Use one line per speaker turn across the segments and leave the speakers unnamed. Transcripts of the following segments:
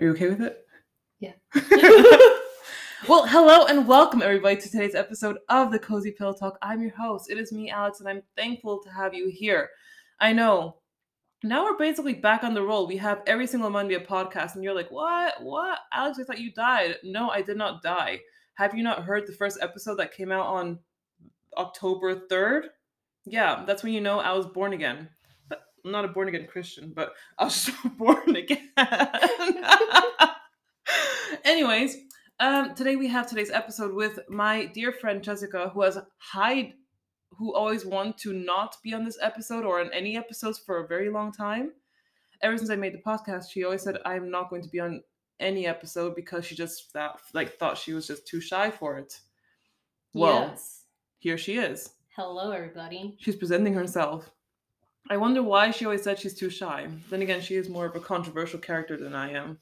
Are you okay with it?
Yeah.
well, hello and welcome everybody to today's episode of the Cozy Pillow Talk. I'm your host. It is me, Alex, and I'm thankful to have you here. I know. Now we're basically back on the roll. We have every single Monday a podcast, and you're like, "What? What? Alex, I thought you died." No, I did not die. Have you not heard the first episode that came out on October 3rd? Yeah, that's when you know I was born again. But I'm not a born again Christian, but I was still born again. Anyways, um, today we have today's episode with my dear friend Jessica, who has hide, who always wanted to not be on this episode or on any episodes for a very long time. Ever since I made the podcast, she always said I'm not going to be on any episode because she just that like thought she was just too shy for it. Well,
Yes.
here she is.
Hello, everybody.
She's presenting herself. I wonder why she always said she's too shy. Then again, she is more of a controversial character than I am.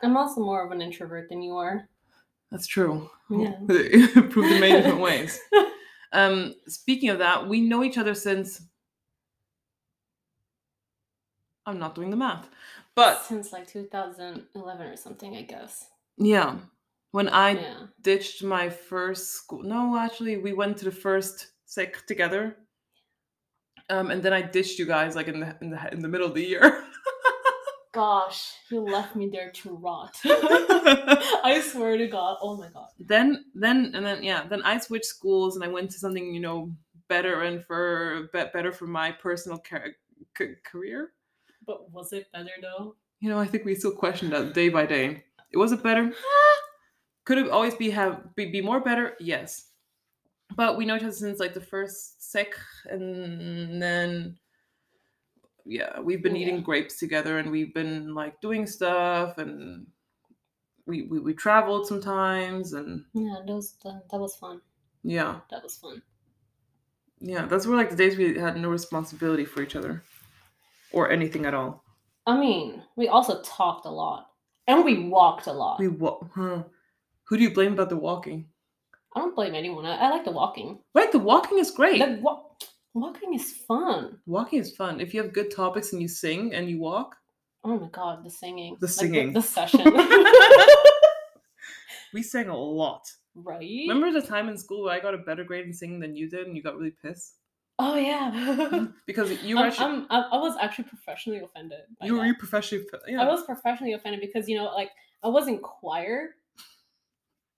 I'm also more of an introvert than you are.
That's true.
Yeah.
Proved in many different ways. Um, speaking of that, we know each other since. I'm not doing the math, but
Since like 2011 or something, I guess.
yeah, when I
yeah.
ditched my first school, no, actually, we went to the first sec together, um, and then I ditched you guys like in the in the in the middle of the year.
Gosh, you left me there to rot. I swear to God. Oh my God.
then then and then yeah then i switched schools and i went to something you know better and for be- better for my personal car- c- career
But was it better though?
you know i think we still question that day by day it was it better Ah. could it always be have be, be more better yes but we know each other since like the first sec and then yeah we've been eating
Yeah.
grapes together and we've been like doing stuff and we we, we traveled sometimes and
Yeah, that was that, that was fun.
yeah
That was fun.
Yeah, that's where like the days we had no responsibility for each other or anything at all.
I mean, we also talked a lot and we walked a lot.
We wa- huh. Who do you blame about the walking?
I don't blame anyone. I, I like the walking.
Right, the walking is great.
Like, wa- walking is fun.
Walking is fun. If you have good topics and you sing and you walk,
Oh my God, the singing.
The
Like,
singing.
the session.
we sang a lot.
right?
Remember the time in school where I got a better grade in singing than you did and you got really pissed?
Oh yeah.
Because you were
I'm,
actually,
I'm, i I was actually professionally offended. by
you were
that.
you professionally yeah.
I was professionally offended because you know, like I was in choir.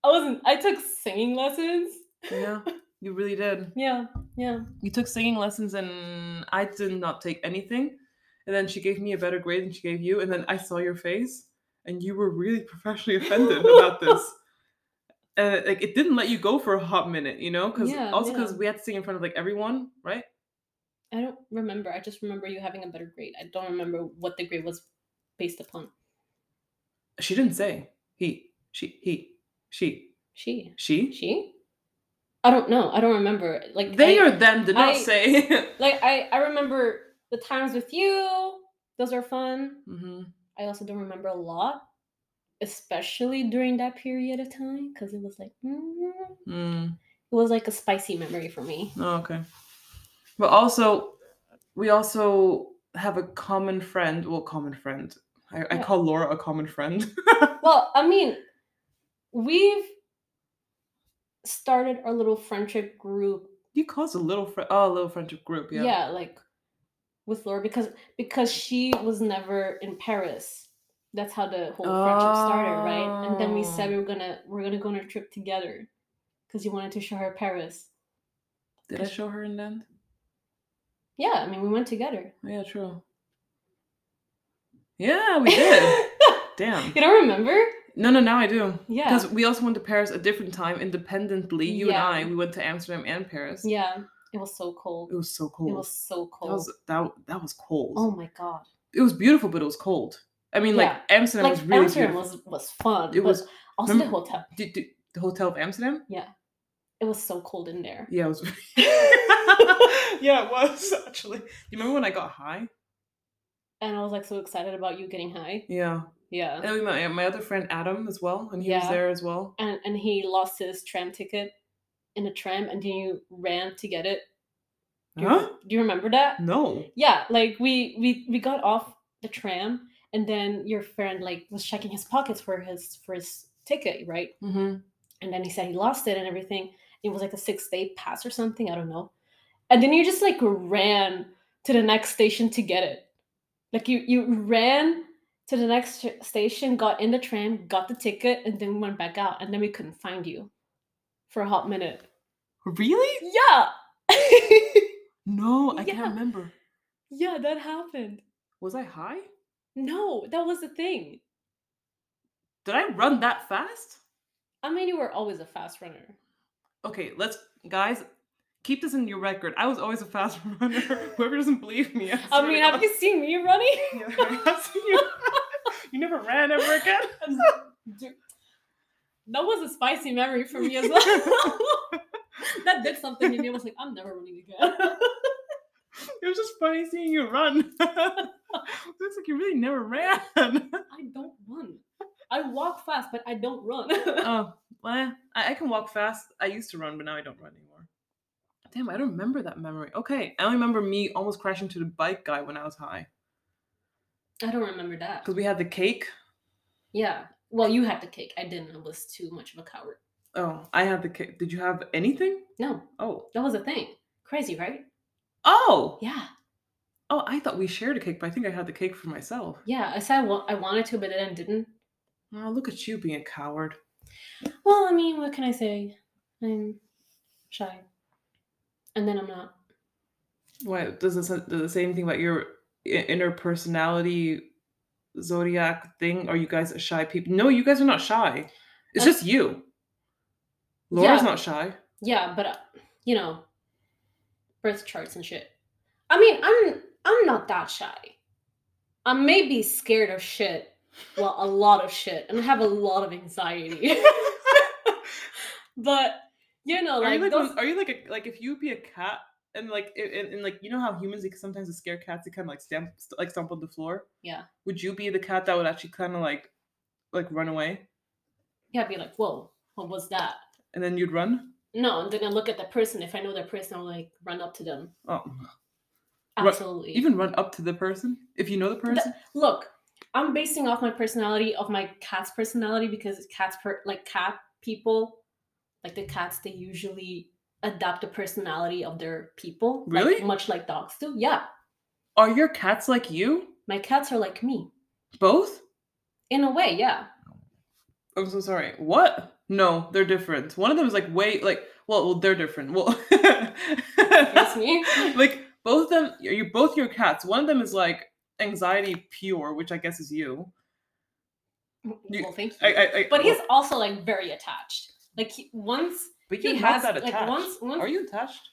I wasn't. I took singing lessons.
yeah. You really did.
Yeah, yeah.
you took singing lessons and I did not take anything. And then she gave me a better grade than she gave you. And then I saw your face and you were really professionally offended about this. And like it didn't let you go for a hot minute, you know? Because
Yeah,
also because
yeah.
we had to sing in front of like everyone, right?
I don't remember. I just remember you having a better grade. I don't remember what the grade was based upon.
She didn't say he, she, he, she,
She,
she.
she. I don't know. I don't remember. Like
They
I-
or them did not
I-
say.
like I. I remember the times with you. Those are fun.
hmm
I also don't remember a lot, especially during that period of time, because it was like mm, it
mm.
was like a spicy memory for me.
Oh, okay. But also, we also have a common friend. Well, common friend. I, I
Yeah.
call Laura a common friend.
Well, I mean, we've started our little friendship group.
you call us a little friend. Oh, a little friendship group.
Yeah.
Yeah.
like with Laura because because she was never in Paris. That's how the whole friendship started, right? And then we said
Oh.
we were gonna we're gonna go on a trip together because you wanted to show her Paris.
Did I show her in the end?
Yeah, I mean we went together.
Oh, yeah, true. Yeah, we did. Damn.
you don't remember?
No, no, now I do.
Yeah.
Because we also went to Paris a different time independently. You
Yeah.
and I, we went to Amsterdam and Paris.
Yeah, it was so cold.
It was so cold.
It was so cold.
That was that, that was cold.
oh my god!
It was beautiful, but it was cold. I mean, like
Yeah.
Amsterdam
like
was really
Amsterdam
beautiful.
was was fun.
it
but
was
also
remember-
the hotel.
Did, did- the hotel of Amsterdam?
It was so cold in there.
Yeah, it was. yeah, it was actually. Do you remember when I got high?
And I was like so excited about you getting high.
Yeah,
Yeah.
and then we met my other friend Adam as well, and he was
Yeah.
there as well.
And and he lost his tram ticket in a tram, and then you ran to get it. Do you,
Huh? Mm.
do you remember that?
No.
Yeah, like we we we got off the tram, and then your friend like was checking his pockets for his for his ticket, right?
Mm-hmm.
And then he said he lost it and everything. It was like a six day pass or something. I don't know. And then you just like ran to the next station to get it. Like you you ran to the next st- station, got in the tram, got the ticket, and then went back out. And then we couldn't find you for a hot minute.
Really?
Yeah.
No, I
Yeah.
can't remember.
yeah, that happened.
Was I high?
No, that was the thing.
Did I run that fast?
I mean, you were always a fast runner.
Okay, let's guys keep this in your record. I was always a fast runner. Whoever doesn't believe me, I,
I
swear
mean,
to
have
God.
you seen me running?
Yeah, I have seen you. You never ran ever again.
Dude, that was a spicy memory for me as well. that did something to me. I was like, I'm never running again.
It was just funny seeing you run. Looks like you really never ran.
I don't run. I walk fast, but I don't run.
oh, well, I, I can walk fast. I used to run, but now I don't run anymore. Damn, I don't remember that memory. Okay, I only remember me almost crashing to the bike guy when I was high
I don't remember that.
because we had the cake.
Yeah. Well, you had the cake. I didn't. I was too much of a coward.
Oh, I had the cake. Did you have anything?
No,
Oh,
that was a thing. Crazy, right?
oh,
Yeah.
oh! I thought we shared a cake, but I think I had the cake for myself.
Yeah. I said I, wa- I wanted to, but then I didn't.
Oh, look at you being a coward.
Well, I mean, what can I say? I'm shy. And then I'm not.
Why does this does the same thing about your i- inner personality zodiac thing? Are you guys shy people? No, you guys are not shy. It's
Uh,
just you. Laura's
yeah.
not shy.
Yeah, but uh, you know, birth charts and shit. I mean, I'm I'm not that shy. I may be scared of shit. Well, a lot of shit, and I have a lot of anxiety. but you know,
are you
like,
like
those,
one- are you like a, like if you be a cat and like i- and, and like you know how humans like sometimes to scare cats they kind of like stamp st- like stomp on the floor.
Yeah.
Would you be the cat that would actually kind of like like run away
yeah, I'd be like, whoa, what was that?
and then you'd run?
No, and then I look at the person. If I know that person, I'll like run up to them.
Oh, Ru-
Absolutely.
even run up to the person if you know the person.
look i'm basing off my personality of my cat's personality because cats per- like cat people like the cats they usually adopt the personality of their people like,
Really?
much like dogs do yeah
Are your cats like you?
my cats are like me
Both?
in a way yeah
I'm so sorry. What? No, they're different. One of them is like way like well, well they're different. Well,
that's me
like both of them. You both your cats. One of them is like anxiety pure, which I guess is you. You-
well thank you
I, I, I
but he's
well,
also like very attached like he, once
but
he
you're
has
not that
like
attached.
once once
Are you attached?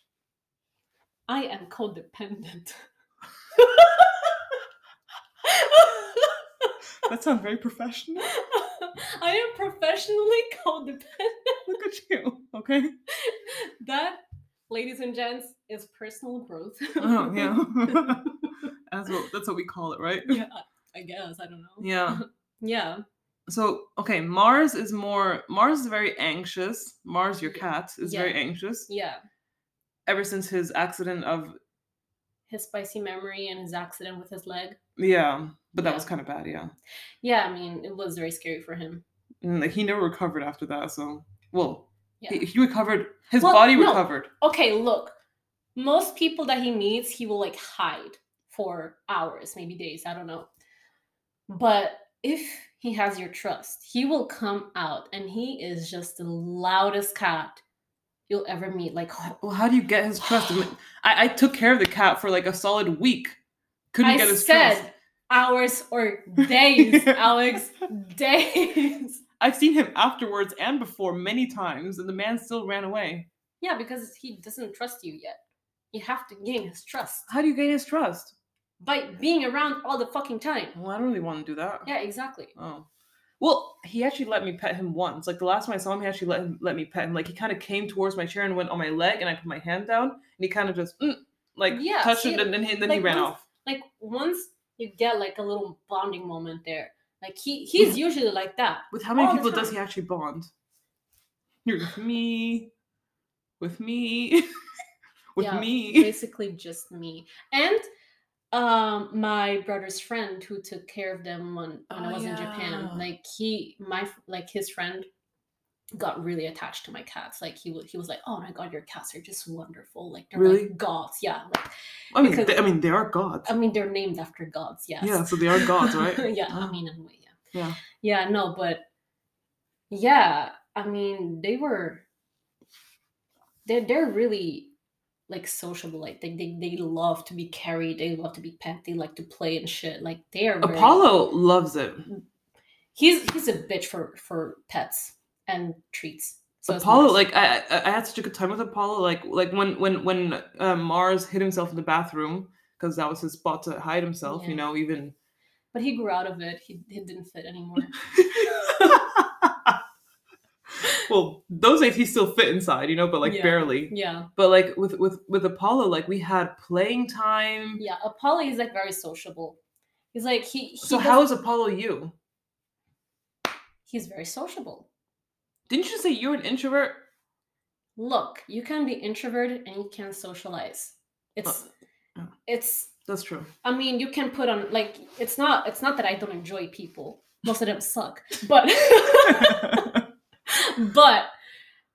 i am codependent
That sounds very professional.
i am professionally codependent
Look at you. Okay.
that, ladies and gents, is personal growth.
Oh yeah. That's what that's what we call it, right?
yeah, I- I guess. I don't know.
Yeah.
Yeah.
so okay mars is more mars is very anxious mars your
Yeah.
cat is very
Yeah.
anxious
Yeah.
ever since his accident of
His spicy memory and his accident with his leg.
yeah but that
Yeah.
was kind of bad yeah
Yeah, I mean, it was very scary for him.
and like he never recovered after that so well
Yeah.
he, he recovered his
Well,
body
no.
recovered
Okay, look. Most people that he meets, he will like hide for hours, maybe days. I don't know. But if he has your trust, he will come out and he is just the loudest cat you'll ever meet. Like,
well how do you get his trust I, mean, I, I took care of the cat for like a solid week couldn't
I
get his
said
trust
hours or days, Alex. Days.
i've seen him afterwards and before many times and the man still ran away
Yeah, because he doesn't trust you yet. You have to gain his trust
how do you gain his trust
by being around all the fucking time.
well i don't really want to do that
Yeah, exactly.
Oh. Well, he actually let me pet him once. Like the last time I saw him, he actually let him let me pet him. Like he kind of came towards my chair and went on my leg, and I put my hand down, and he kind of just mm, like
Yeah,
touched
see,
it, and then he, and then he
like,
ran
once-
off.
Like once you get like a little bonding moment there, like he he's usually like that.
With how many
all the
people does he actually bond? You're with me, with me, with
Yeah,
me.
Basically just me. And um my brother's friend who took care of them when, when I
Oh,
was in
yeah.
Japan. Like he my f- like his friend got really attached to my cats. Like he wa- he was like, "Oh my god, your cats are just wonderful. Like they're
Really?
like gods." Yeah. Like
I mean,
Because-
they, I mean, they are gods.
I mean, they're named after gods. Um, Yes.
Yeah, so they are gods, right?
yeah,
Ah.
I mean, in a way,
Yeah.
yeah. Yeah. no, but yeah, I mean, they were they they're really like sociable. Like they, they they love to be carried, they love to be pet, they like to play and shit. Like they are very-
Apollo loves it.
he's he's a bitch for for pets and treats. So it's
Apollo,
nice.
like I, I, I had such a good time with Apollo. Like, like when, when, when uh, Mars hid himself in the bathroom because that was his spot to hide himself. You
Yeah.
know, even
but he grew out of it. He, he didn't fit anymore.
well, those days he still fit inside, you know, but like
Yeah.
barely.
yeah,
But like with with with Apollo, like we had playing time.
yeah. Apollo is like very sociable. He's like he, he
So
does-
how is Apollo you?
he's very sociable.
Didn't you say you're an introvert?
look you can be introverted and you can socialize it's
oh.
it's
That's true.
i mean you can put on like it's not it's not that i don't enjoy people most of them suck but but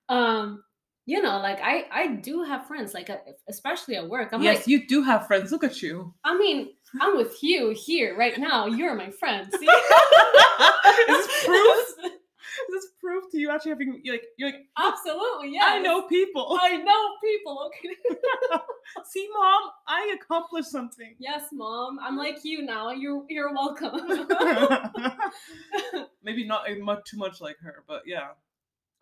um you know like i i do have friends like uh, especially at work i'm
yes,
like
you do have friends. Look at you.
i mean i'm with you here right now you're my friend see
is this proof? Is this proof to you actually having you're like you're like
absolutely yeah
I know people.
i know people okay Uh,
See, mom, I accomplished something.
yes mom i'm like you now you're you're welcome
Maybe not a much too much like her, but yeah.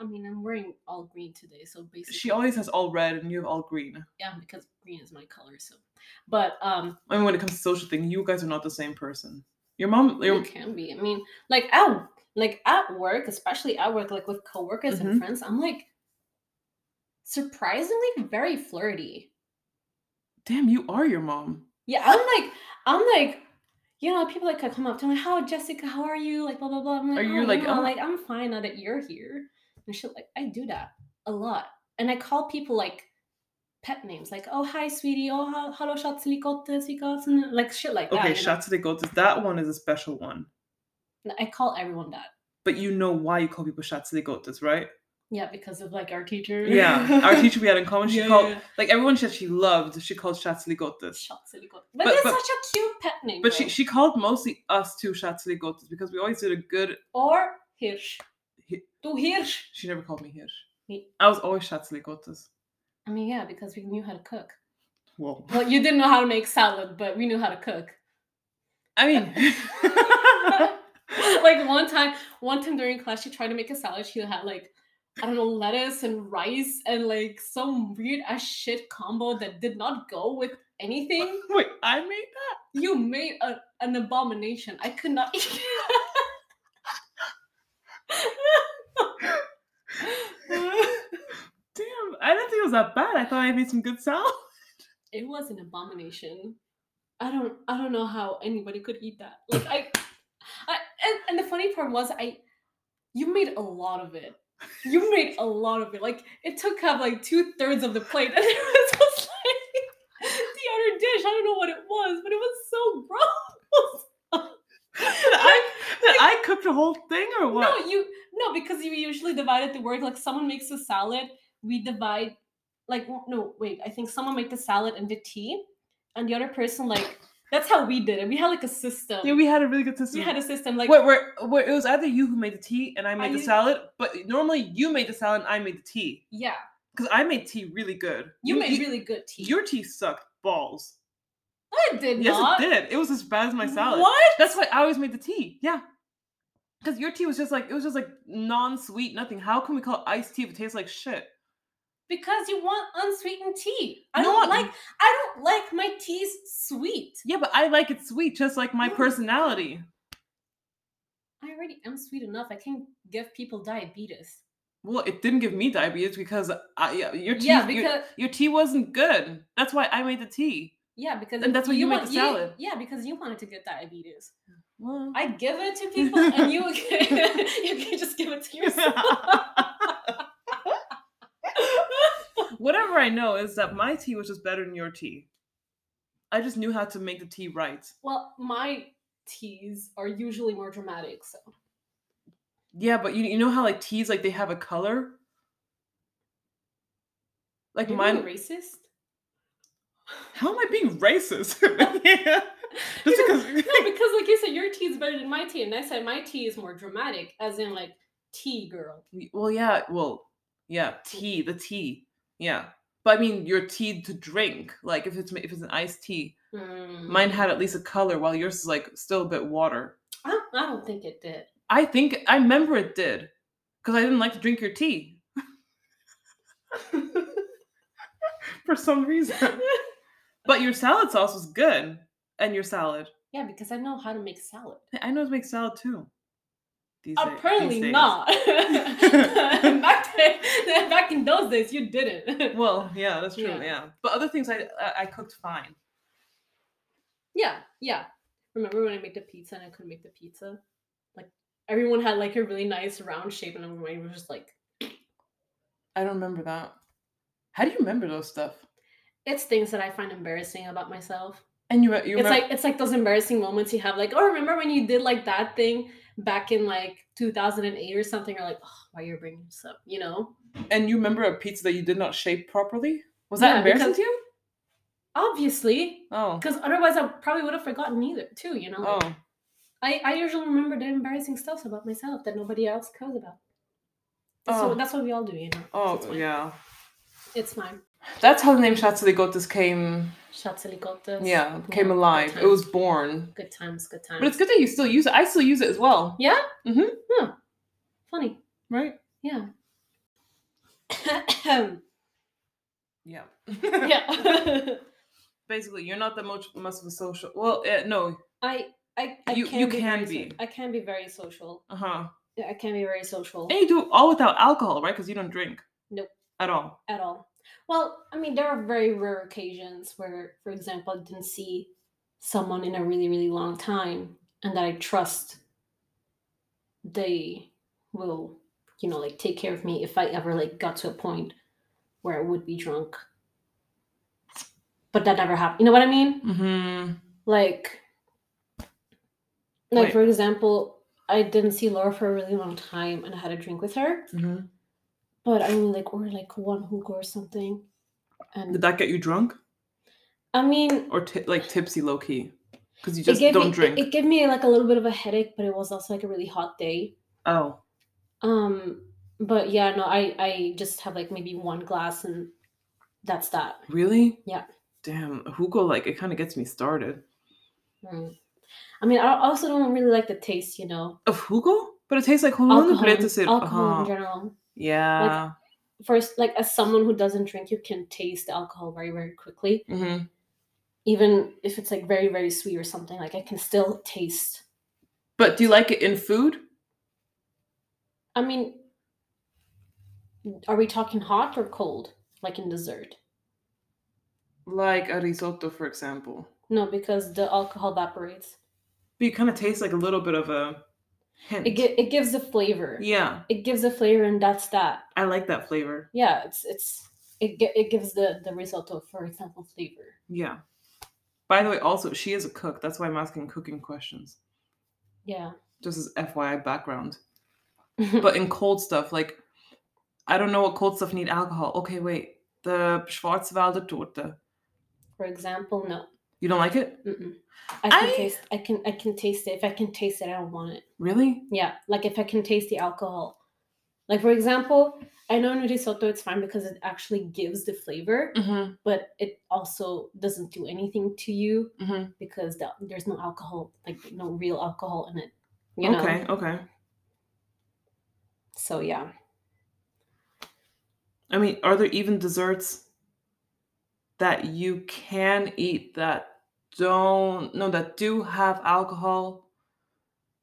I mean, I'm wearing all green today, so basically,
She always has all red and you have all green.
yeah, because green is my color. So, but um,
I mean, when it comes to social thing, you guys are not the same person. Your mom, your,
it can be. I mean, like at like at work, especially at work, like with
Mhm.
coworkers and friends, I'm like surprisingly very flirty.
damn, you are your mom.
Yeah, I'm like, I'm like, you know, people like come up to me, like, "How Jessica? How are you?" Like, blah blah blah. I'm like,
Are you
"Oh,
like,
no,
"Oh."
like I'm fine now that you're here and shit. Like, I do that a lot, and I call people like pet names, like, "Oh hi, sweetie," "Oh ha- hello, Shatslikot, Sikots," and like shit like that.
Okay,
you know?
shots to the goats. That one is a special one.
And I call everyone that.
But you know why you call people shots to the goats, right?
Yeah, because of like our teacher.
Yeah. Our teacher we had in common, she
Yeah,
called,
yeah,
like everyone said she loved, she called shots to the
yeah.
goats.
Shatslikot.
But-
But, that's
but-
such a cute pet name.
But she,
though.
she called mostly us two shots to the goats because we always did a good
or Hirsch.
Hi-
Du Hirsch.
She never called me Hirsch.
Me-
I was always Schatzligottes.
I mean, yeah, because we knew how to cook.
Well,
Well, you didn't know how to make salad, but we knew how to cook.
I mean,
like one time, one time during class, she tried to make a salad. She had like, I don't know, lettuce and rice and like some weird ass shit combo that did not go with anything.
wait, I made that?
You made a, an abomination. I could not eat.
Damn, I didn't think it was that bad. I thought I made some good salad.
it was an abomination. I don't I don't know how anybody could eat that. Like I, I and, and the funny part was I you made a lot of it. You made a lot of it. Like it took up like two thirds of the plate, and it was just like the other dish. I don't know what it was, but it was so gross.
I, that I cooked the whole thing or what?
No, you no because you usually divide it to work. Like someone makes the salad, we divide. Like w- no, wait. I think someone made the salad and did tea, and the other person like that's how we did it. We had like a system.
yeah, we had a really good
We
system.
had a system like
wait, where, where it was either you who made the tea and I made
I
the
did-
salad, but normally you made the salad and I made the tea
yeah.
because I made tea really good.
You, made really good tea.
your tea sucked balls.
I did
Yes,
not.
it did. It was as bad as my salad.
What?
That's why I always made the tea. Yeah. Because your tea was just like, it was just like non sweet, nothing. How can we call it iced tea if it tastes like shit?
Because you want unsweetened tea. I
No,
don't
I-
like. I don't like my teas sweet.
Yeah, but I like it sweet, just like my
No.
personality.
I already am sweet enough. I can give people diabetes.
Well, it didn't give me diabetes because I, yeah, your tea,
yeah,
your-
because
your, tea wasn't good. That's why I made the tea.
yeah, because
And that's why you made
want-
the salad.
yeah, because you wanted to get diabetes.
Well,
I give it to people, and you can, you can just give it to yourself.
Whatever I know is that my tea was just better than your tea. I just knew how to make the tea right.
Well, my teas are usually more dramatic, so
Yeah, but you you know how like teas like they have a color. Like
You're
mine.
being racist.
How am I being racist? yeah. Just
Because-
because.
No, because like you said, your tea is better than my tea, and I said my tea is more dramatic, as in like tea girl.
Well, yeah. Well, yeah. Tea, the tea. Yeah, but I mean your tea to drink. Like if it's ma- if it's an iced tea,
Mm.
mine had at least a color, while yours is like still a bit water.
I, don't, I don't think it did.
I think I remember it did, because I didn't like to drink your tea. For some reason. But your salad sauce was good, and your salad.
yeah, because I know how to make salad.
I know to make salad too. These day- these
Apparently
days.
not. back, then, back in those days, you didn't.
Well, yeah, that's true.
Yeah.
Yeah, but other things I I, I cooked fine.
Yeah, yeah. Remember when I made the pizza and I couldn't make the pizza? Like everyone had like a really nice round shape, and mine was just like
I don't remember that. How do you remember those stuff?
it's things that I find embarrassing about myself.
And you, re- you
it's
remember,
like it's like those embarrassing moments you have, like oh remember when you did like that thing back in like 2008 or something, or like oh, why you're bringing this up, you know?
and you remember a pizza that you did not shape properly. Was that
Yeah,
embarrassing
because-
to you?
Obviously,
Oh,
because otherwise I probably would have forgotten either too, you know? like,
oh,
I, I usually remember the embarrassing stuff about myself that nobody else cares about. That's,
Oh.
what, that's what we all do, you know. it's
oh,
fine.
yeah.
It's fine.
That's how the name Shatsiligotis came.
Shatsiligotas.
Yeah,
Yeah,
came
good
alive. It
times.
was born.
Good times, good times.
But it's good that you still use it. I still use it as well.
Yeah?
Mhm.
Huh. Funny.
Right?
Yeah.
Yeah.
yeah.
Basically, you're not that much much of a social. Well, uh, no.
I I, I
You-
can
you
be
can
very
be.
so- I can be very social.
Uh huh.
Yeah, I can be very social
And you do it all without alcohol, right? Because you don't drink.
Nope.
At all.
at all. Well, I mean, there are very rare occasions where, for example, I didn't see someone in a really, really long time and that I trust they will, you know, like take care of me if I ever like got to a point where I would be drunk. But that never happened. You know what I mean?
Mm-hmm.
Like like
Wait.
for example, I didn't see Laura for a really long time and I had a drink with her.
mm-hmm.
But I mean, like, ordered like one hookah or something.
Did
And
that get you drunk
I mean,
or ti like tipsy low key? Because you
it
just
gave,
don't
me,
drink.
It, it gave me like a little bit of a headache, but it was also like a really hot day.
oh.
Um, but yeah, no, I I just have like maybe one glass and that's that.
Really?
Yeah.
Damn, Hugo, like it kind of gets me started.
Mm. I mean, I also don't really like the taste, you know,
Of Hugo? But it tastes like Holundu
alcohol,
Preto syrup.
alcohol in
Uh-huh.
general.
Yeah.
First, like as someone who doesn't drink, you can taste the alcohol very very quickly,
mm-hmm.
even if it's like very very sweet or something. Like I can still taste
But do you like it in food?
I mean, are we talking hot or cold? Like in dessert?
Like a risotto, for example.
No, because the alcohol evaporates.
But you kind of taste like a little bit of a hint.
It gi- it gives a flavor.
yeah,
It gives a flavor, and that's that.
I like that flavor.
Yeah, it's it's it gi- it gives the the risotto, for example, flavor.
Yeah. By the way, also, she is a cook. That's why I'm asking cooking questions.
Yeah.
Just as FYI background. But in cold stuff, like, I don't know what cold stuff need alcohol. Okay, wait. The Schwarzwälder Torte.
for example, no.
You don't like it?
Mm-mm. I can
I-
taste. I can. I can taste it. If I can taste it, I don't want it.
Really?
Yeah, like if I can taste the alcohol. Like for example, I know in risotto it's fine because it actually gives the flavor.
Mm
but it also doesn't do anything to you
hmm. Mm
because the, there's no alcohol, like no real alcohol in it.
hmm.
You know?
Okay, okay.
So yeah.
I mean, are there even desserts that you can eat that don't no that do have alcohol?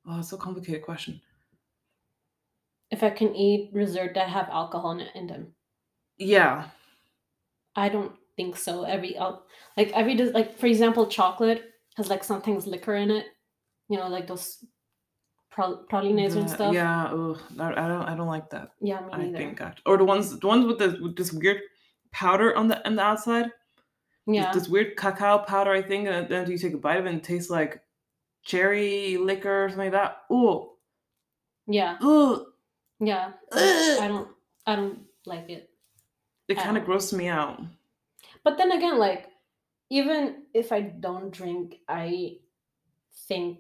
Oh, it's a complicated question.
If I can eat dessert that have alcohol in, it, in them,
Yeah.
I don't think so. Every al- like every des- like for example, chocolate has like sometimes liquor in it. You know, like those pro- pralines and
the-
stuff.
Yeah. Ugh, I, I don't. I don't like that.
yeah, me
I
neither.
think. act- Or the ones, the ones with the with this weird powder on the on the outside.
Yeah.
this weird cacao powder, I think, and then you take a bite of it and it tastes like cherry liquor or something like that. Ooh,
Yeah.
ooh,
Yeah.
Ugh.
I don't I don't like it.
it
I
kind of
don't-
grosses me out.
But then again, like even if I don't drink, I think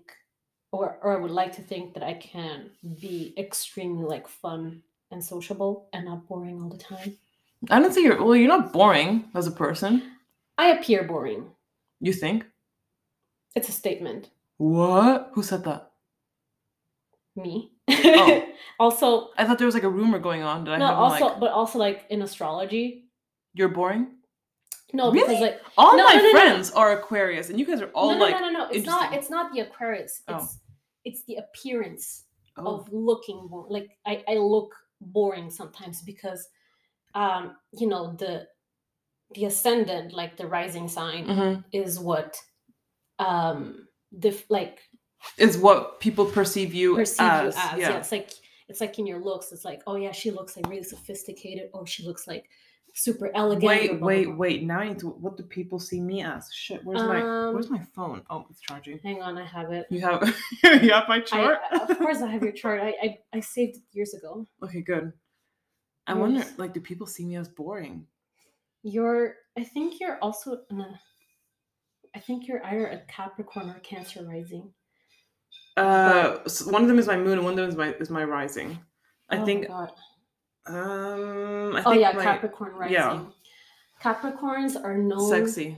or or I would like to think that I can be extremely like fun and sociable and not boring all the time.
I don't think you're well. You're not boring as a person.
I appear boring.
You think?
It's a statement.
What? Who said that?
Me.
Oh.
also
I thought there was like a rumor going on that I
no,
haven't
also
like.
but also like in astrology.
You're boring.
No, because
Really?
like
All
No,
my
no, no, no.
friends are Aquarius, and you guys are all
no, no,
like,
no, no, no. It's not.
interesting.
It's not the Aquarius.
Oh.
It's it's the appearance
oh,
of looking bo- like I I look boring sometimes because, um, you know the the ascendant like the rising sign
mhm.
is what, um, dif- like
is what people perceive you
perceive
as.
you as.
yeah.
Yeah. it's like it's like in your looks. It's like oh yeah, she looks like really sophisticated. Oh, she looks like super elegant. or
Wait,
blah, blah,
wait,
blah.
wait. Now I need to. What do people see me as? Shit. Where's my Where's
Um,
my phone? Oh, it's charging.
Hang on, I have it.
You have you have my
I- uh,
chart.
I, of course, I have your chart. I, I I saved it years ago.
okay, good. I wonder,
Yours.
like, do people see me as boring?
You're, I think you're also, no, I think you're either a Capricorn or Cancer rising.
Uh, s one of them is my moon, and one of them is my is my rising. I
Oh my
think.
God.
Um, I
oh
think
yeah,
my
Capricorn rising.
yeah.
Capricorns are known.
sexy.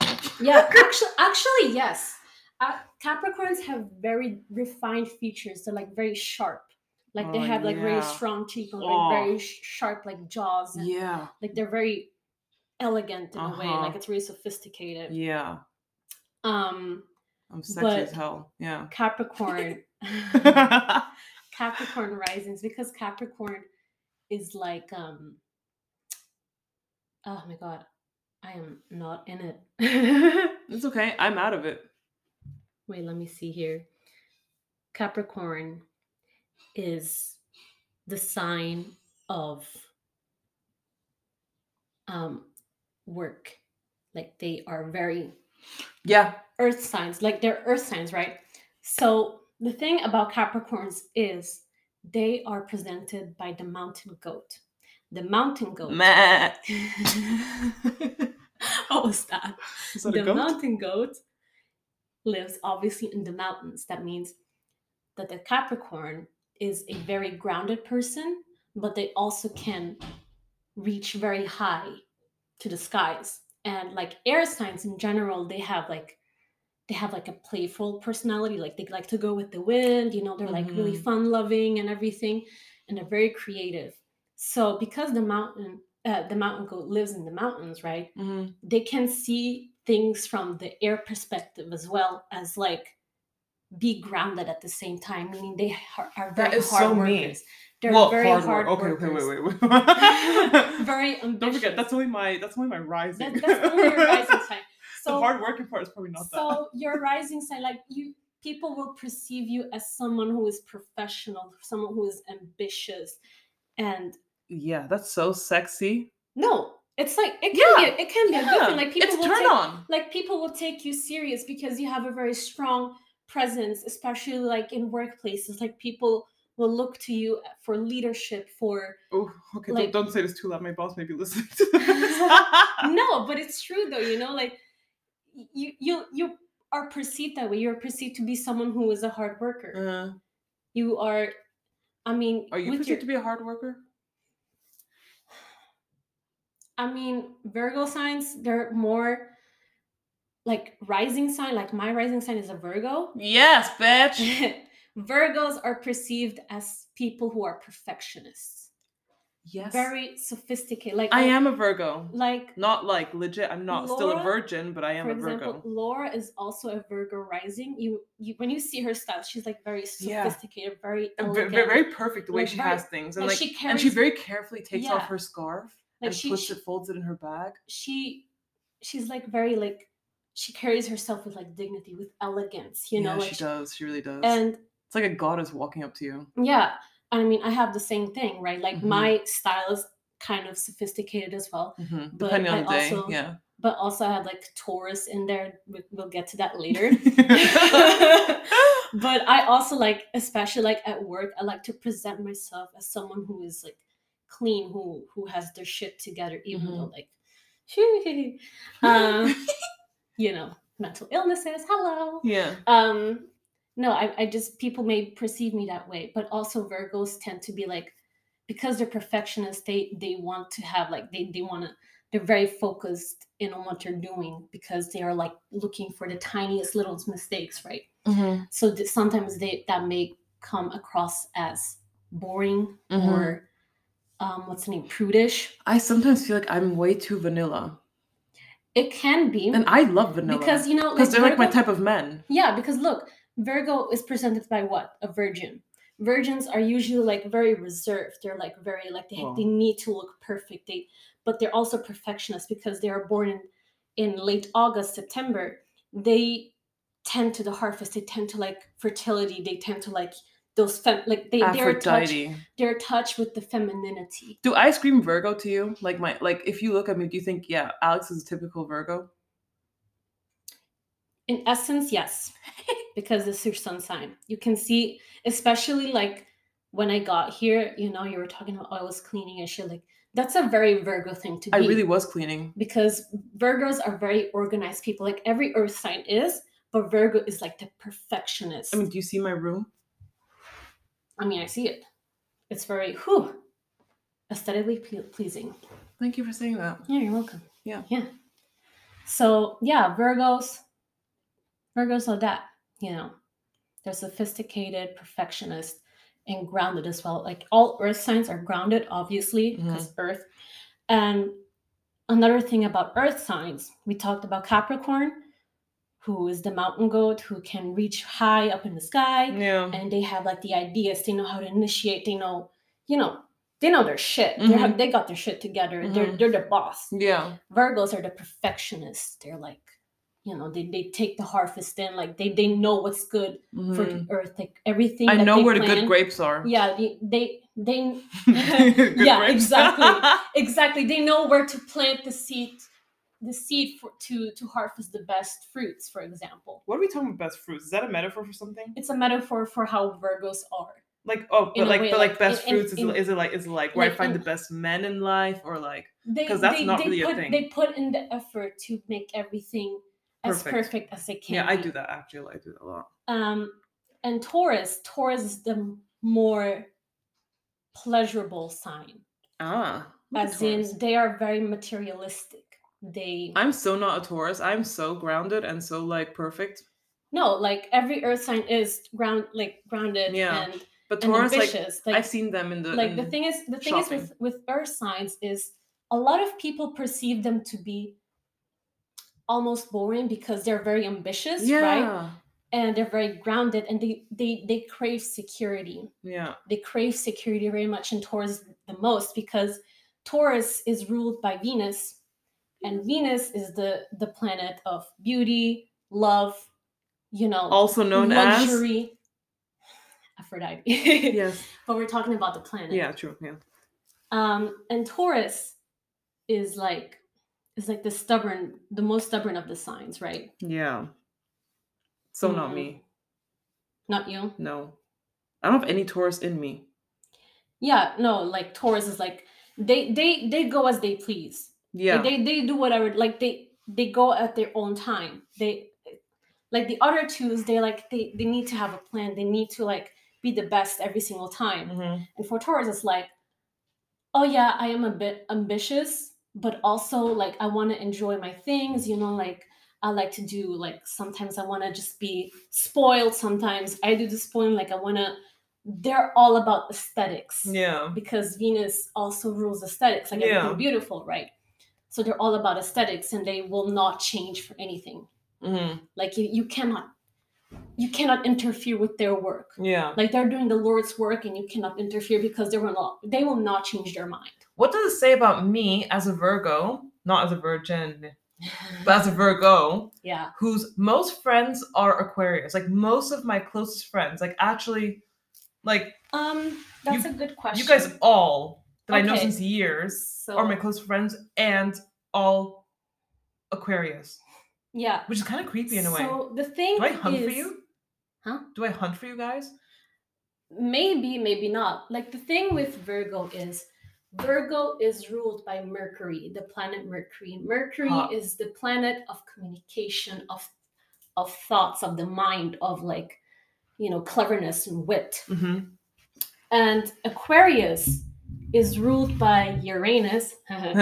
Yeah, actually, actually yes. Uh, Capricorns have very refined features. They're like very sharp. Like they
Oh,
have like very
yeah.
strong cheekbones,
Oh.
like very sh- sharp like jaws, and
Yeah,
like they're very elegant in a way.
Uh-huh.
Like it's really sophisticated.
yeah.
Um,
I'm sexy
But-
as hell. Yeah.
Capricorn. Mm-hmm. Capricorn risings because Capricorn is like um oh my god, I am not in it.
it's okay. I'm out of it.
Wait, let me see here. Capricorn is the sign of um work. Like they are very
Yeah.
earth signs, like they're earth signs, right? So the thing about Capricorns is they are presented by the mountain goat. The mountain goat.
Meh.
what was that?
Is that
The
a goat?
mountain goat lives obviously in the mountains. That means that the Capricorn is a very grounded person, but they also can reach very high to the skies. And like air signs in general, they have like they have like a playful personality. Like they like to go with the wind, you know, they're like really
Mhm.
fun loving and everything, and they're very creative. So because the mountain uh, the mountain goat lives in the mountains, right?
Mhm.
they can see things from the air perspective as well as like be grounded at the same time meaning they har- are very
That is
hard
so me.
workers they're
Well,
very
hard
hard,
work. Okay,
workers
okay, wait, wait, wait.
very ambitious
Don't forget, that's only my that's only my rising.
That- that's only your rising sign
the
so
hard working part is probably not that.
so your rising sign like you people will perceive you as someone who is professional someone who is ambitious and
Yeah, that's so sexy.
no it's like it can
Yeah.
be it can be a good thing like people
it's
will
turn
take
on.
like people will take you serious because you have a very strong presence especially like in workplaces like people will look to you for leadership for
Oh, okay.
like-
don't, don't say this too loud. My boss may be listening to this.
no but it's true though you know like y- you you you are perceived that way you're perceived to be someone who is a hard worker
Uh,
you are i mean
are you
with
perceived
your,
to be a hard worker?
i mean virgo signs they're more like rising sign like my rising sign is a virgo
Yes, bitch.
Virgos are perceived as people who are perfectionists,
Yes.
very sophisticated. Like
I am a Virgo.
Like
Not like legit. I'm not still a
Laura,
virgin, but I am
for
a
example,
Virgo.
Laura is also a Virgo rising. You, you when you see her style, she's like very
Yeah.
sophisticated, very
And ve-
elegant.
ve- Very, perfect the way
Like,
she
very-
has things, and
like,
like,
she
and she
carries-
very carefully takes off
Yeah.
her scarf
Like,
and
she-
puts
she-
it, folds it in her bag.
she she's like very like she carries herself with like dignity, with elegance. You know,
yeah,
like
she does. She really does.
and
it's like a goddess walking up to you.
yeah, I mean, I have the same thing, right? Like
Mhm.
my style is kind of sophisticated as well.
Mhm.
But
Depending
I
on the day,
also-
yeah.
but also I had like Taurus in there. We- We'll get to that later. but I also like, especially like at work, I like to present myself as someone who is like clean, who who has their shit together, even
Mhm.
though like, um, you know, mental illnesses. Hello.
yeah.
Um, no, I, I just people may perceive me that way, but also Virgos tend to be like because they're perfectionists, they they want to have like they they want to they're very focused in on what they're doing because they are like looking for the tiniest little mistakes, right?
Mhm.
So th- sometimes they that may come across as boring
Mhm.
or um, what's the name prudish.
I sometimes feel like I'm way too vanilla,
It can be
and I love vanilla
because you know
because they're like my
Virgo-
type of men.
Yeah, because look, Virgo is presented by what? A virgin. Virgins are usually like very reserved. They're like very like they,
Wow.
they need to look perfect. They but they're also perfectionists because they are born in, in late August, September. They tend to the harvest. They tend to like fertility. They tend to like those fem- like they they're touched
Aphrodite.
they're touched with the femininity.
Do I scream Virgo to you? Like my like if you look at me, do you think yeah, Alex is a typical Virgo?
In essence, yes, because it's your sun sign. You can see, especially like when I got here, you know, you were talking about oh, I was cleaning and shit. Like that's a very Virgo thing to
I
be.
really was cleaning.
because Virgos are very organized people. Like every Earth sign is, but Virgo is like the perfectionist.
I mean, do you see my room?
I mean, I see it. It's very whew, aesthetically ple- pleasing.
Thank you for saying that.
Yeah, you're welcome.
Yeah.
Yeah. So yeah, Virgos. Virgos are that, you know. They're sophisticated, perfectionist, and grounded as well. Like all earth signs are grounded, obviously, because earth. And another thing about earth signs, we talked about Capricorn, who is the mountain goat, who can reach high up in the sky
Yeah.
and they have like the ideas they know how to initiate they know you know they know their shit
Mm-hmm.
They're- they got their shit together they're,
Mhm.
they're the boss
Yeah.
virgos are the perfectionists they're like you know they, they take the harvest in like they they know what's good for
Mhm.
the earth like everything
I
that
know
they
where the good
plan-
grapes are.
yeah they they, they
Good
Yeah,
grapes.
exactly. exactly they know where to plant the seed the seed for, to to harvest the best fruits for example
what are we talking about best fruits? Is that a metaphor for something?
it's a metaphor for how virgos are
Like oh,
In
but
a
like
way,
but
like,
like best
in- in-
fruits is,
in-
is it like is it like where I
like,
find
in-
the best men in life or like
they
'Cause that's
they,
not
they
really a
put,
thing.
They put in the effort to make everything as
Perfect.
perfect as they can.
yeah, I
be.
do that actually. I do that a lot.
Um, and Taurus, Taurus is the more pleasurable sign,
Ah. look at
as
Taurus.
in they are very materialistic. They
I'm so not a Taurus. I'm so grounded and so like perfect.
no, like every Earth sign is ground, like grounded
Yeah.
and,
But
and
Taurus, like
ambitious.
I've seen them in the
like the
in-
thing is the thing is
shopping.
with with earth signs is a lot of people perceive them to be almost boring because they're very ambitious right
yeah,
and they're very grounded and they they they crave security
yeah,
they crave security very much in taurus the most because taurus is ruled by venus and venus is the the planet of beauty love you know
also known
luxury aphrodite
as yes,
but we're talking about the planet
yeah, true, yeah,
um and taurus is like is like the stubborn the most stubborn of the signs right
yeah. So not
Mhm.
me.
not you
No, I don't have any Taurus in me.
yeah no like taurus is like they they they go as they please They-
Yeah,
they they do whatever like they they go at their own time they like the other twos they like they they need to have a plan they need to like be the best every single time
Mhm.
and for taurus it's like oh yeah i am a bit ambitious but also like i want to enjoy my things you know like i like to do like sometimes i want to just be spoiled sometimes i do the spoiling like i want to they're all about aesthetics
yeah,
because venus also rules aesthetics like
Yeah.
everything beautiful right so they're all about aesthetics and they will not change for anything
Mhm.
like you, you cannot you cannot interfere with their work
yeah.
like they're doing the lord's work and you cannot interfere because they will not they will not change their mind
What does it say about me as a Virgo? Not as a virgin, but as a Virgo.
yeah
whose most friends are Aquarius. Like most of my closest friends, like actually, like
um that's a good question
you guys all that I know
Okay.
since years
so
are my close friends and all Aquarius,
Yeah.
which is kind of creepy in a way.
So the thing
Do I hunt for
is-
you?
Huh?
Do I hunt for you guys?
maybe maybe not like the thing with virgo is virgo is ruled by mercury the planet mercury mercury
Huh.
is the planet of communication of of thoughts of the mind of like you know cleverness and wit
Mm-hmm.
and aquarius is ruled by uranus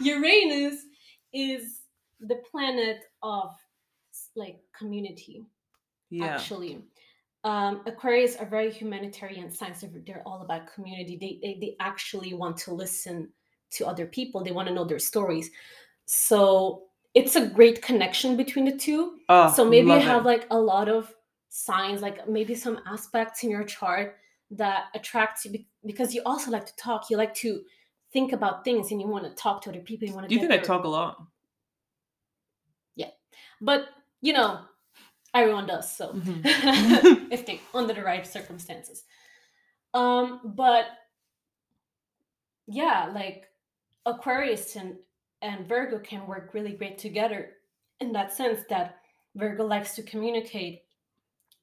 uranus is the planet of like community
yeah.
actually. Um, Aquarius are very humanitarian signs. They're, they're all about community. They, they they actually want to listen to other people. They want to know their stories. So it's a great connection between the two.
Oh,
so maybe you
love it.
have like a lot of signs, like maybe some aspects in your chart that attract you be- because you also like to talk. You like to think about things and you want to talk to other people. You want to.
Do you think I talk a lot?
But you know, everyone does. So.
Mhm.
Mm. if they under the right circumstances. Um, but yeah, like Aquarius and, and Virgo can work really great together in that sense that Virgo likes to communicate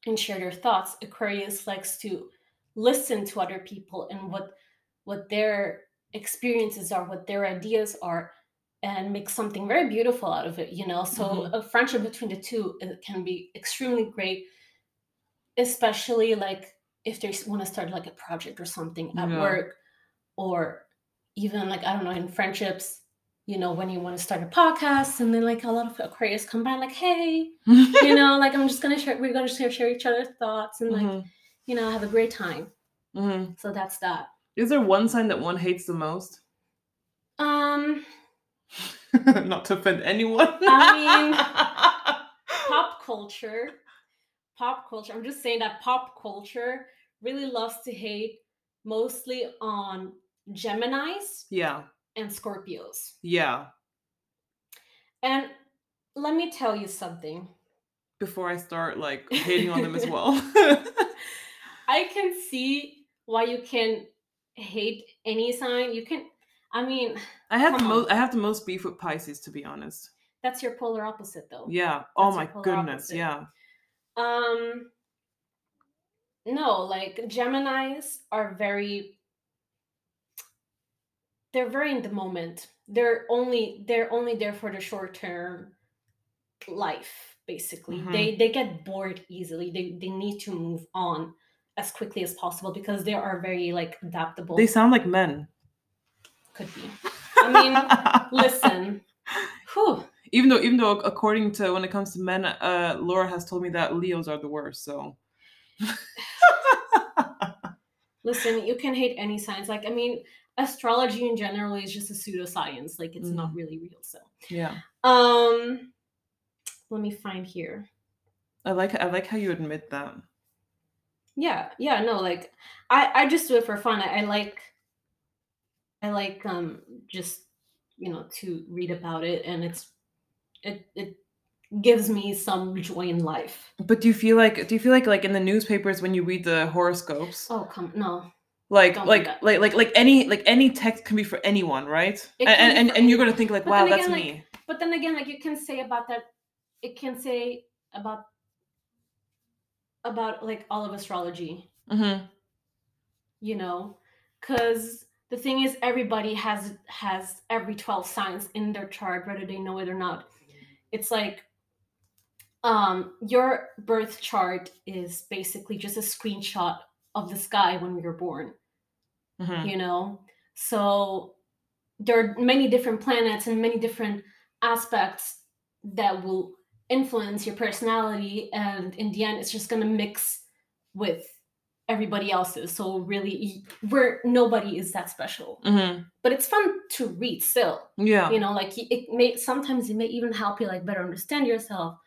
and share their thoughts. Aquarius likes to listen to other people and what what their experiences are, what their ideas are, and make something very beautiful out of it. You know, so
Mhm.
a friendship between the two uh, can be extremely great, especially like if they want to start like a project or something at
Yeah.
work, or even like I don't know in friendships. You know, when you want to start a podcast, and then like a lot of Aquarius come by, like, hey, you know, like I'm just gonna share. We're gonna share, share each other's thoughts and like,
Mhm,
you know, have a great time.
mhm.
So that's that.
Is there one sign that one hates the most?
Um,
Not to offend anyone.
I pop culture, pop culture. I'm just saying that pop culture really loves to hate mostly on Gemini's
yeah,
and Scorpios.
yeah.
And let me tell you something.
Before I start like hating on them as well.
I can see why you can hate any sign. You can. I mean,
I have the
Come on.
most. I have the most beef with Pisces, to be honest.
that's your polar opposite, though.
Yeah. Oh
That's
my
your polar
goodness.
opposite.
Yeah.
Um no, like Geminis are very they're very in the moment. They're only they're only there for the short term life, basically.
Mhm.
They they get bored easily. They they need to move on as quickly as possible because they are very like adaptable.
They sound like men.
could be. I mean, listen. Whew.
even though, even though, according to when it comes to men, uh, Laura has told me that Leos are the worst. So
Listen, you can hate any science. Like, I mean, astrology in general is just a pseudoscience. Like, it's not really real. So,
yeah,
um, let me find here.
I like I like how you admit that.
Yeah, yeah, no, like, I I just do it for fun. I, I like, I like, um, just you know, to read about it, and it's it it gives me some joy in life.
But do you feel like do you feel like like in the newspapers when you read the horoscopes,
Oh come no,
like
don't do
like
that.
like like like any like any text can be for anyone, right?
It
And
can
and,
be
and,
for
and you're gonna
anyone.
think like,
But
wow,
then
that's
again, like,
me.
but then again, like you can say about that, it can say about about like all of astrology.
Mm-hmm.
you know because the thing is everybody has has every 12 signs in their chart whether they know it or not it's like um your birth chart is basically just a screenshot of the sky when we were born
Mm-hmm.
you know so there are many different planets and many different aspects that will influence your personality and in the end it's just going to mix with everybody else's so really y- we're nobody is that special
Mm-hmm.
but it's fun to read still
Yeah.
you know like y- it may sometimes it may even help you like better understand yourself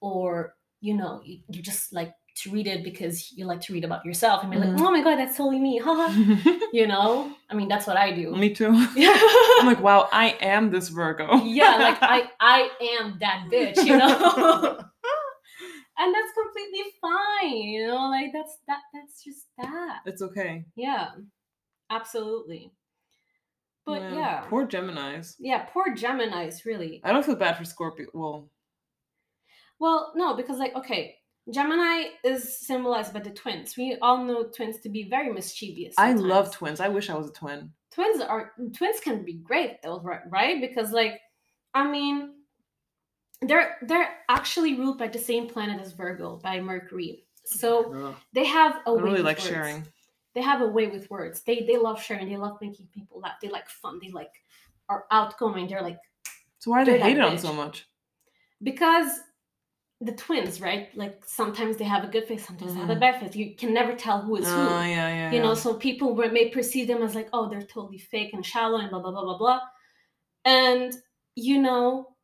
or you know you, you just like to read it because you like to read about yourself and be
Mhm.
like oh my god that's totally me haha you know i mean that's what i do
mm-hmm. me too. I'm
yeah
like, wow, I am this Virgo.
like i i am that bitch you know and that's completely fine you know like that's that that's just that
it's okay.
yeah absolutely But yeah.
Poor Gemini's.
Yeah, poor Gemini's, really.
I don't feel bad for Scorpio. Well,
Well, no, because like okay, Gemini is symbolized by the twins. We all know twins to be very mischievous.
I love
sometimes.
twins. I wish I was a twin.
twins are twins can be great though, ri- right? Because like I mean they're they're actually ruled by the same planet as Virgo, by Mercury. So
Ugh.
they have a
I
way
really
with
like
words.
sharing.
They have a way with words. They they love sharing. They love making people laugh. They like fun. They like are outgoing. They're like
So why do they
You're that
hate it on so
bitch.
much?
because the twins, right? Like sometimes they have a good face, sometimes they have a
Mhm.
bad face. You can never tell who
Oh
is who.
yeah, yeah.
You know,
yeah.
so people were, may perceive them as like, oh, they're totally fake and shallow and blah blah blah blah blah. And you know,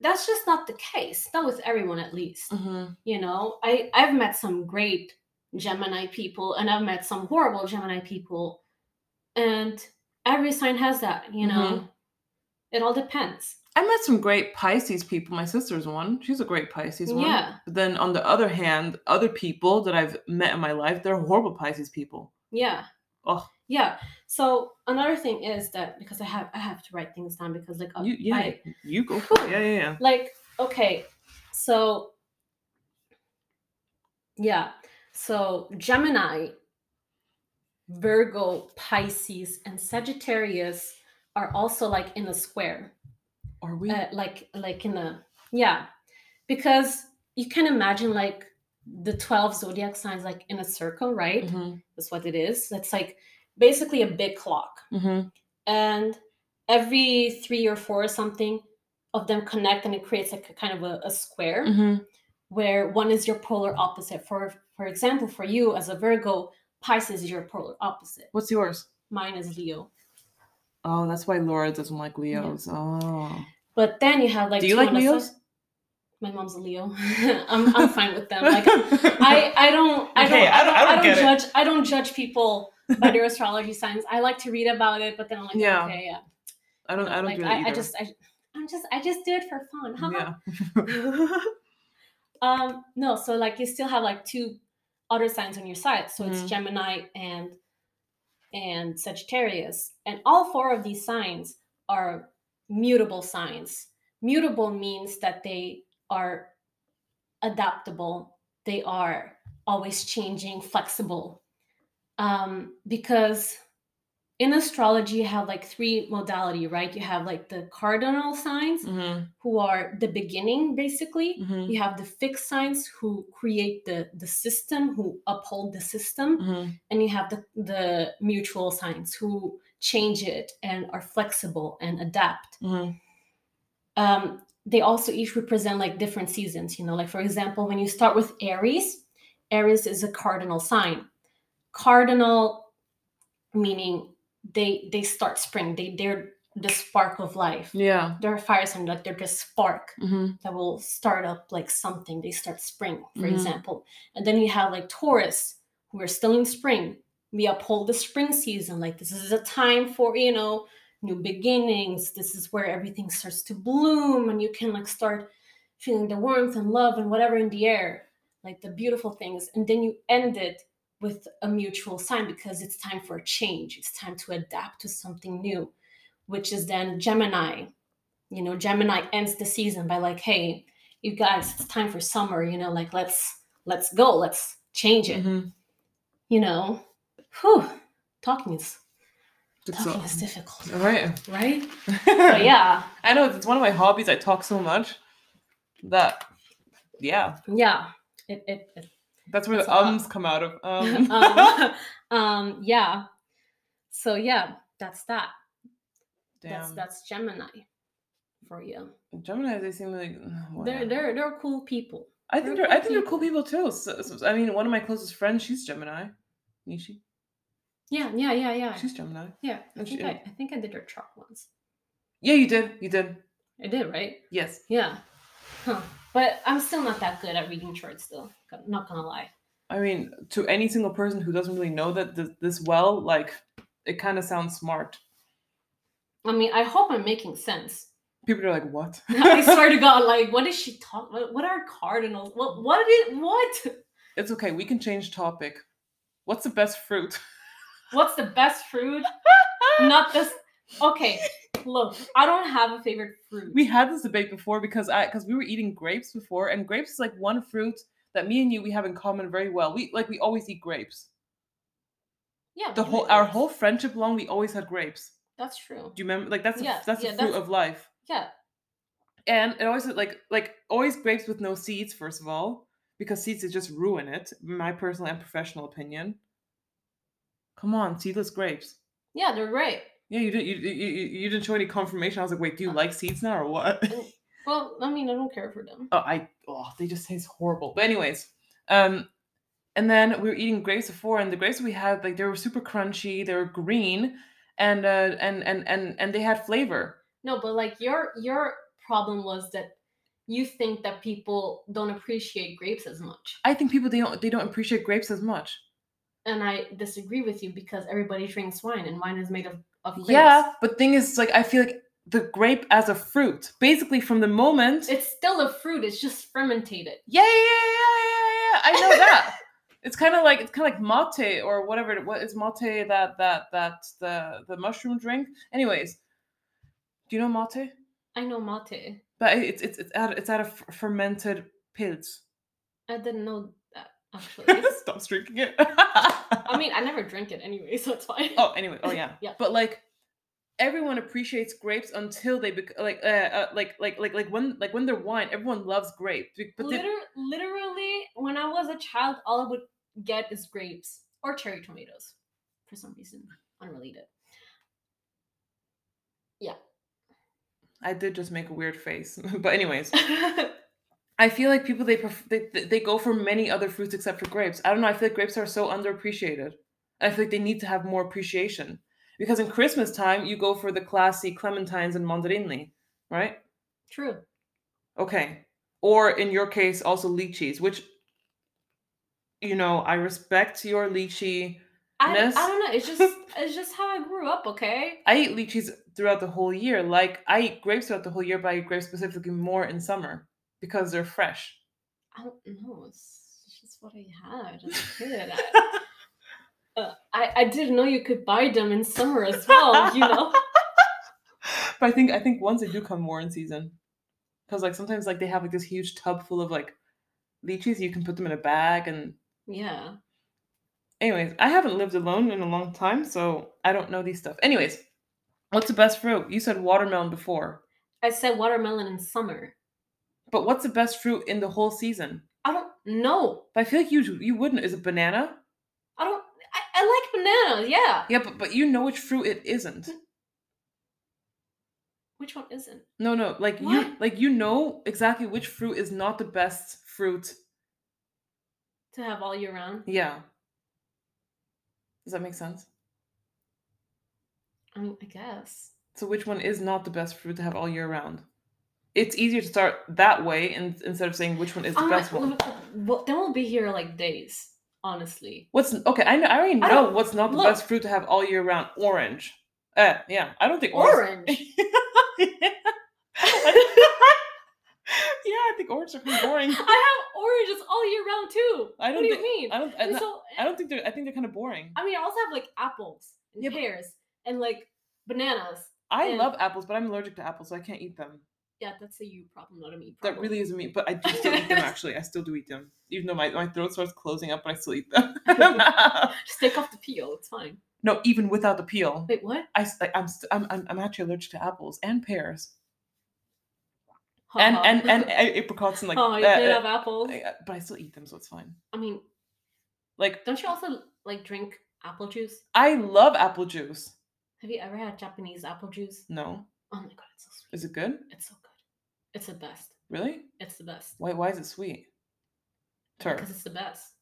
that's just not the case. Not with everyone, at least.
Mhm.
You know, I I've met some great Gemini people, and I've met some horrible Gemini people, and every sign has that. You know,
Mm-hmm.
it all depends.
I met some great Pisces people. My sister's one. She's a great Pisces one.
Yeah.
But then on the other hand, other people that I've met in my life, they're horrible Pisces people.
Yeah.
Ugh.
Yeah. So another thing is that because I have I have to write things down because like uh,
You yeah.
I-
you go for it. Yeah, yeah, yeah.
like okay so yeah so gemini virgo pisces and sagittarius are also like in a square
Are we?
uh, like like in a yeah because you can imagine like the 12 zodiac signs like in a circle right
Mhm,
that's what it is that's like basically a big clock
mhm.
and every three or four or something of them connect and it creates like a kind of a, a square
Mhm.
where one is your polar opposite for for example for you as a virgo pisces is your polar opposite
What's yours?
mine is leo
Oh, that's why Laura doesn't like Leos. Oh.
but then you have like
Do you
two
like
on the
Leos?
side- my mom's a leo I'm, I'm fine with them like I, I don't I don't,
Okay, I don't- I don't get it.
judge I don't judge people by their astrology signs. I like to read about it, but then I'm like,
Yeah.
okay, yeah.
I don't I don't
like,
do that
I,
either.
I just I, I'm just I just do it for fun. haha. uh-huh.
yeah.
Um, no, so like you still have like two other signs on your side. So
Mhm.
it's Gemini and and Sagittarius. And all four of these signs are mutable signs. Mutable means that they are adaptable, they are always changing, flexible. Um, because in astrology you have like three modality, right? You have like the cardinal signs
Mhm,
who are the beginning basically
mhm,
you have the fixed signs who create the the system who uphold the system
mhm.
and you have the the mutual signs who change it and are flexible and adapt
Mhm.
um they also each represent like different seasons you know like for example when you start with aries aries is a cardinal sign cardinal meaning they they start spring they they're the spark of life
Yeah.
they're a fire sign like they're the spark
Mhm,
that will start up like something. They start spring, for
Mhm.
example. And then you have like Taurus, who are still in spring. We uphold the spring season. Like this is a time for, you know, new beginnings. This is where everything starts to bloom and you can like start feeling the warmth and love and whatever in the air, like the beautiful things. And then you end it with a mutual sign because it's time for change. It's time to adapt to something new, which is then Gemini you know gemini ends the season by like hey you guys it's time for summer you know like let's let's go let's change it
mhm.
you know whew talking is
It's
talking
all-
is difficult
all right.
right but yeah
I know it's one of my hobbies. I talk so much that, yeah,
yeah it, it, it
that's where
It's
the
a lot.
ums come out of. Um.
um, um yeah so yeah that's that that's
Damn.
that's gemini for you
Gemini, they seem like wow.
they're they're they're cool people
I think
they're
they're. I
cool
think they're cool people too. So, so- I mean, one of my closest friends, she's Gemini. Nishi,
yeah yeah yeah yeah
she's Gemini.
yeah i
and
think
she-
I, I think i did their chart once
Yeah, you did. You did.
i did right
Yes.
Yeah. Huh. But I'm still not that good at reading charts, though. I'm Not gonna lie.
I mean, to any single person who doesn't really know that th- this well, like, it kind of sounds smart.
I mean, I hope I'm making sense.
People are like, "What?"
I swear to God, like, what is she talking? What, what are cardinals? What? What is? What?
it's okay. We can change topic. What's the best fruit?
What's the best fruit? Not this. Okay, look, I don't have a favorite fruit.
We had this debate before because I because we were eating grapes before, and grapes is like one fruit that me and you we have in common very well. We like we always eat grapes.
yeah,
The
we
whole
like
our
grapes.
whole friendship long we always had grapes.
That's true.
Do you remember? Like that's a,
Yeah,
that's
yeah,
a fruit
that's-
of life.
Yeah,
And it always like like always grapes with no seeds first of all because seeds they just ruin it. My personal and professional opinion. Come on, seedless grapes.
yeah, they're great.
Yeah, you didn't you, you, you you didn't show any confirmation. I was like, wait, do
Uh,
you like seeds now or what?
Well, I mean, I don't care for them.
oh, I oh, they just taste horrible. But anyways, um, and then we were eating grapes before, and the grapes we had like they were super crunchy, they were green, and uh, and and and and they had flavor.
No, but like your your problem was that you think that people don't appreciate grapes as much,
I think people they don't they don't appreciate grapes as much.
and I disagree with you because everybody drinks wine, and wine is made of of grapes.
Yeah, but thing is, like I feel like the grape as a fruit, basically from the moment.
it's still a fruit. It's just fermentated.
yeah, yeah, yeah, yeah, yeah, yeah, yeah. I know that. It's kind of like it's kind of like mate or whatever. it- What is mate? That that that the the mushroom drink. Anyways, do you know mate?
I know mate.
But it- it's it's it's out it's out of f- fermented pills.
I didn't know that actually.
Stop drinking it.
I mean, I never drink it anyway, so it's fine.
oh, anyway. Oh yeah.
Yeah.
But like, everyone appreciates grapes until they bec- like uh, uh like like like like when like when they're wine, everyone loves grapes. be- But they,
Liter- literally, when I was a child, all I would get is grapes or cherry tomatoes for some reason, unrelated.
I did just make a weird face. but anyways, I feel like people they, pref- they they they go for many other fruits except for grapes. I don't know. I feel like grapes are so underappreciated. I feel like they need to have more appreciation because in Christmas time you go for the classy clementines and mandarini, right?
True.
Okay. Or in your case, also lychees, which, you know, I respect your lychee.
I,
Ness?
I don't know. It's just it's just how I grew up. Okay.
I eat lychees throughout the whole year. Like, I eat grapes throughout the whole year, but I eat grapes specifically more in summer because they're fresh.
I don't know. It's it's just what I had as a kid. I, uh, I, I didn't know you could buy them in summer as well. You know.
But I think I think once they do come more in season, because like sometimes like they have like this huge tub full of like lychees. You can put them in a bag and
Yeah.
anyways, I haven't lived alone in a long time, so I don't know these stuff. Anyways, what's the best fruit? You said watermelon before.
I said watermelon in summer.
But what's the best fruit in the whole season?
I don't know.
But I feel like you you wouldn't. Is it banana?
I don't. I, I like bananas. Yeah.
Yeah, but but you know which fruit it
Mm.
isn't.
Which one isn't?
No, no, like you
What?
like you know exactly which fruit is not the best fruit.
to have all year round.
Yeah. Does that make sense?
I mean, I guess.
So which one is not the best fruit to have all year round? It's easier to start that way in, instead of saying which one is the
I'm
best
not-
one.
Um, Well, then we'll be here like days, honestly.
What's okay? I know. I already
I
know
don't-
what's not the
look.
best fruit to have all year round. Orange. Uh, yeah. I don't think orange.
Orange.
yeah, I think orange are kind of boring.
I have oranges all year round too.
I don't
what do
thi-
you mean?
I don't. I,
And
no,
so,
I don't think they're. I think they're kind of boring.
I mean, I also have like apples and
Yeah, but-
pears and like bananas.
I
yeah.
love apples, but I'm allergic to apples, so I can't eat them.
Yeah, that's a you problem, not a me problem.
That really isn't me. But I do still eat them. Actually, I still do eat them, even though my, my throat starts closing up. But I still eat them.
Just take off the peel. It's fine.
no, even without the peel,
Wait, what?
I s- like, I'm, st- I'm I'm I'm actually allergic to apples and pears
Ha
and
ha.
and and uh, apricots and like.
oh, Uh-huh. you
uh,
can't
uh,
have apples.
I- I- but I still eat them, so it's fine.
I mean,
Like
don't you also like drink apple juice?
I love apple juice.
Have you ever had Japanese apple juice?
No,
Oh my god, it's so sweet.
is it good?
It's so good. It's the best.
Really?
It's the best.
Why why is it sweet? Turf.
Because it's the best.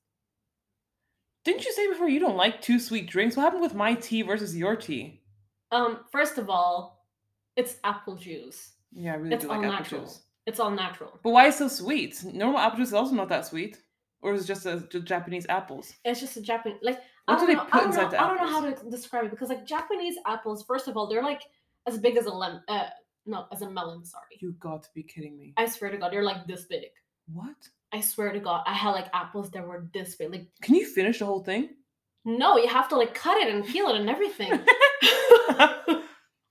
Didn't you say before you don't like too sweet drinks? What happened with my tea versus your tea?
Um, first of all, it's apple juice.
Yeah, I really
it's
do
all
like apple
natural.
juice.
It's all natural.
But why is it so sweet? Normal apple juice is also not that sweet, or is it just a, just Japanese apples?
It's just a Japanese like
What do
I don't
they
know,
put
I don't
inside
know,
the
I don't know how to describe it because like Japanese apples, first of all, they're like as big as a lem uh no, as a melon, sorry.
You got to be kidding me!
I swear to god, they're like this big.
What?
I swear to god, I had like apples that were this big. Like
Can you finish the whole thing?
no, you have to like cut it and peel it and everything.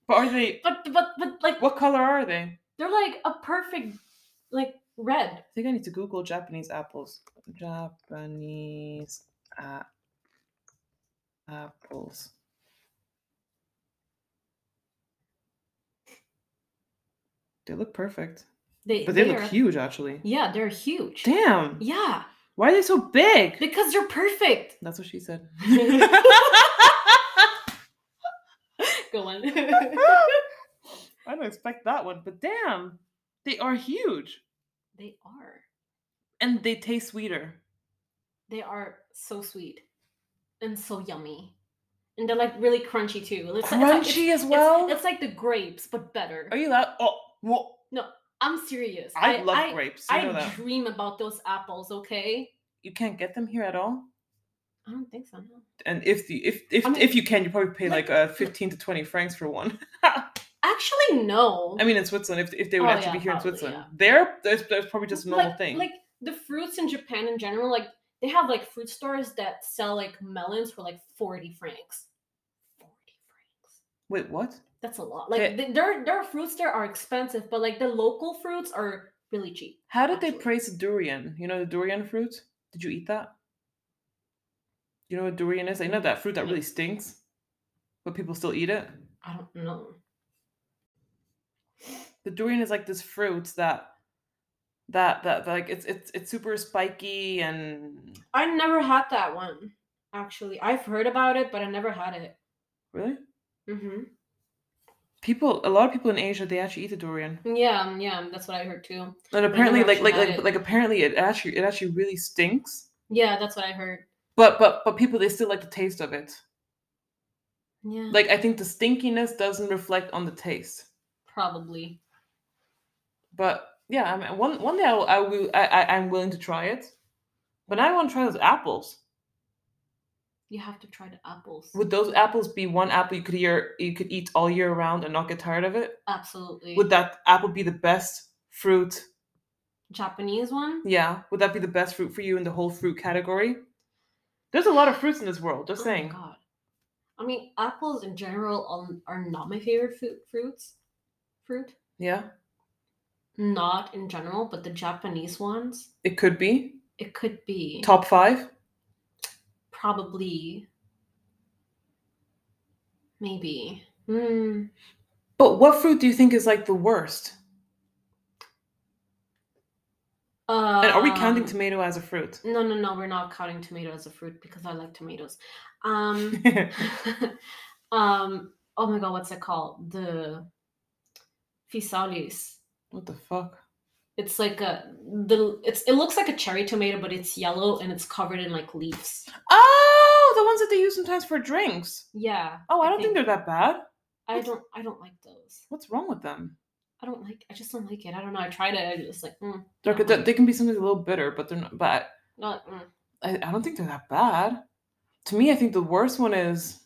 But are they?
But but but like
What color are they? I
they're like a perfect like red.
think I need to Google Japanese apples. Japanese a- apples. They look perfect,
They
but they,
are-
look huge actually.
Yeah, they're huge.
Damn,
Yeah,
why are they so big?
because they're perfect.
That's what she said.
Go on.
I don't expect that one, but damn, they are huge
they are.
and they taste sweeter.
They are so sweet and so yummy. And they're like really crunchy too. It's like- it's like- it's-
Crunchy as
it's-
well.
It's, like the grapes, but better.
are you that? Oh, well,
I'm serious.
I, love grapes. You know
I
that.
dream about those apples, okay?
You can't get them here at all.
I don't think so. No.
And if the if if,
I mean,
if you can, you probably pay
like-
like uh, fifteen to twenty francs for one.
Actually, no.
I mean, in Switzerland, if, if they would
Oh,
have to
yeah,
be here
probably,
in Switzerland,
yeah.
there there's, there's probably just a normal
like,
thing.
Like the fruits in Japan in general, like they have like fruit stores that sell like melons for like 40 francs. 40 francs.
Wait, what?
That's a lot. Like
Okay.
th- their their fruits there are expensive, but like the local fruits are really cheap.
How did they
Actually.
praise durian? You know the durian fruit? Did you eat that? You know what durian is? I know that fruit that
No.
really stinks, but people still eat it.
I don't know.
The durian is like this fruit that that that, that, like it's it's it's super spiky and
I never had that one. Actually, I've heard about it, but I never had it.
really
Mm-hmm.
people a lot of people in Asia they actually eat the durian.
Yeah, um, yeah, that's what I heard too.
And apparently
never
like like
actually
like
had
like apparently it actually it actually really stinks.
Yeah, that's what I heard.
But but but people they still like the taste of it.
Yeah,
Like I think the stinkiness doesn't reflect on the taste.
probably.
But yeah, I mean, one one day I will, I will I, I I'm willing to try it. But now I want to try those apples.
You have to try the apples.
Would those apples be one apple you could year you could eat all year round and not get tired of it?
Absolutely.
Would that apple be the best fruit?
Japanese one?
Yeah, would that be the best fruit for you in the whole fruit category? There's a lot of fruits in this world. Just
Oh my
saying.
God. I mean, apples in general are- are not my favorite fruit. Fruits, fruit,
Yeah,
not in general, but the Japanese ones,
it could be
it could be
top five.
probably, maybe. Hmm.
But what fruit do you think is like the worst?
Uh,
And are we counting tomato as a fruit?
No, no, no. We're not counting tomato as a fruit because I like tomatoes. Um, um. Oh my god, what's it called? The fisalis.
what the fuck?
It's like a the it's it looks like a cherry tomato, but it's yellow and it's covered in like leaves.
Oh, the ones that they use sometimes for drinks.
Yeah.
Oh, I don't think, they're that bad.
I don't I don't like those.
What's wrong with them?
I don't like I just don't like it. I don't know. I tried it. I just like mm,
They're,
don't
good- they
like
they can be something a little bitter, but they're not bad.
it. Not- mm.
I, I don't think they're that bad. To me, I think the worst one is.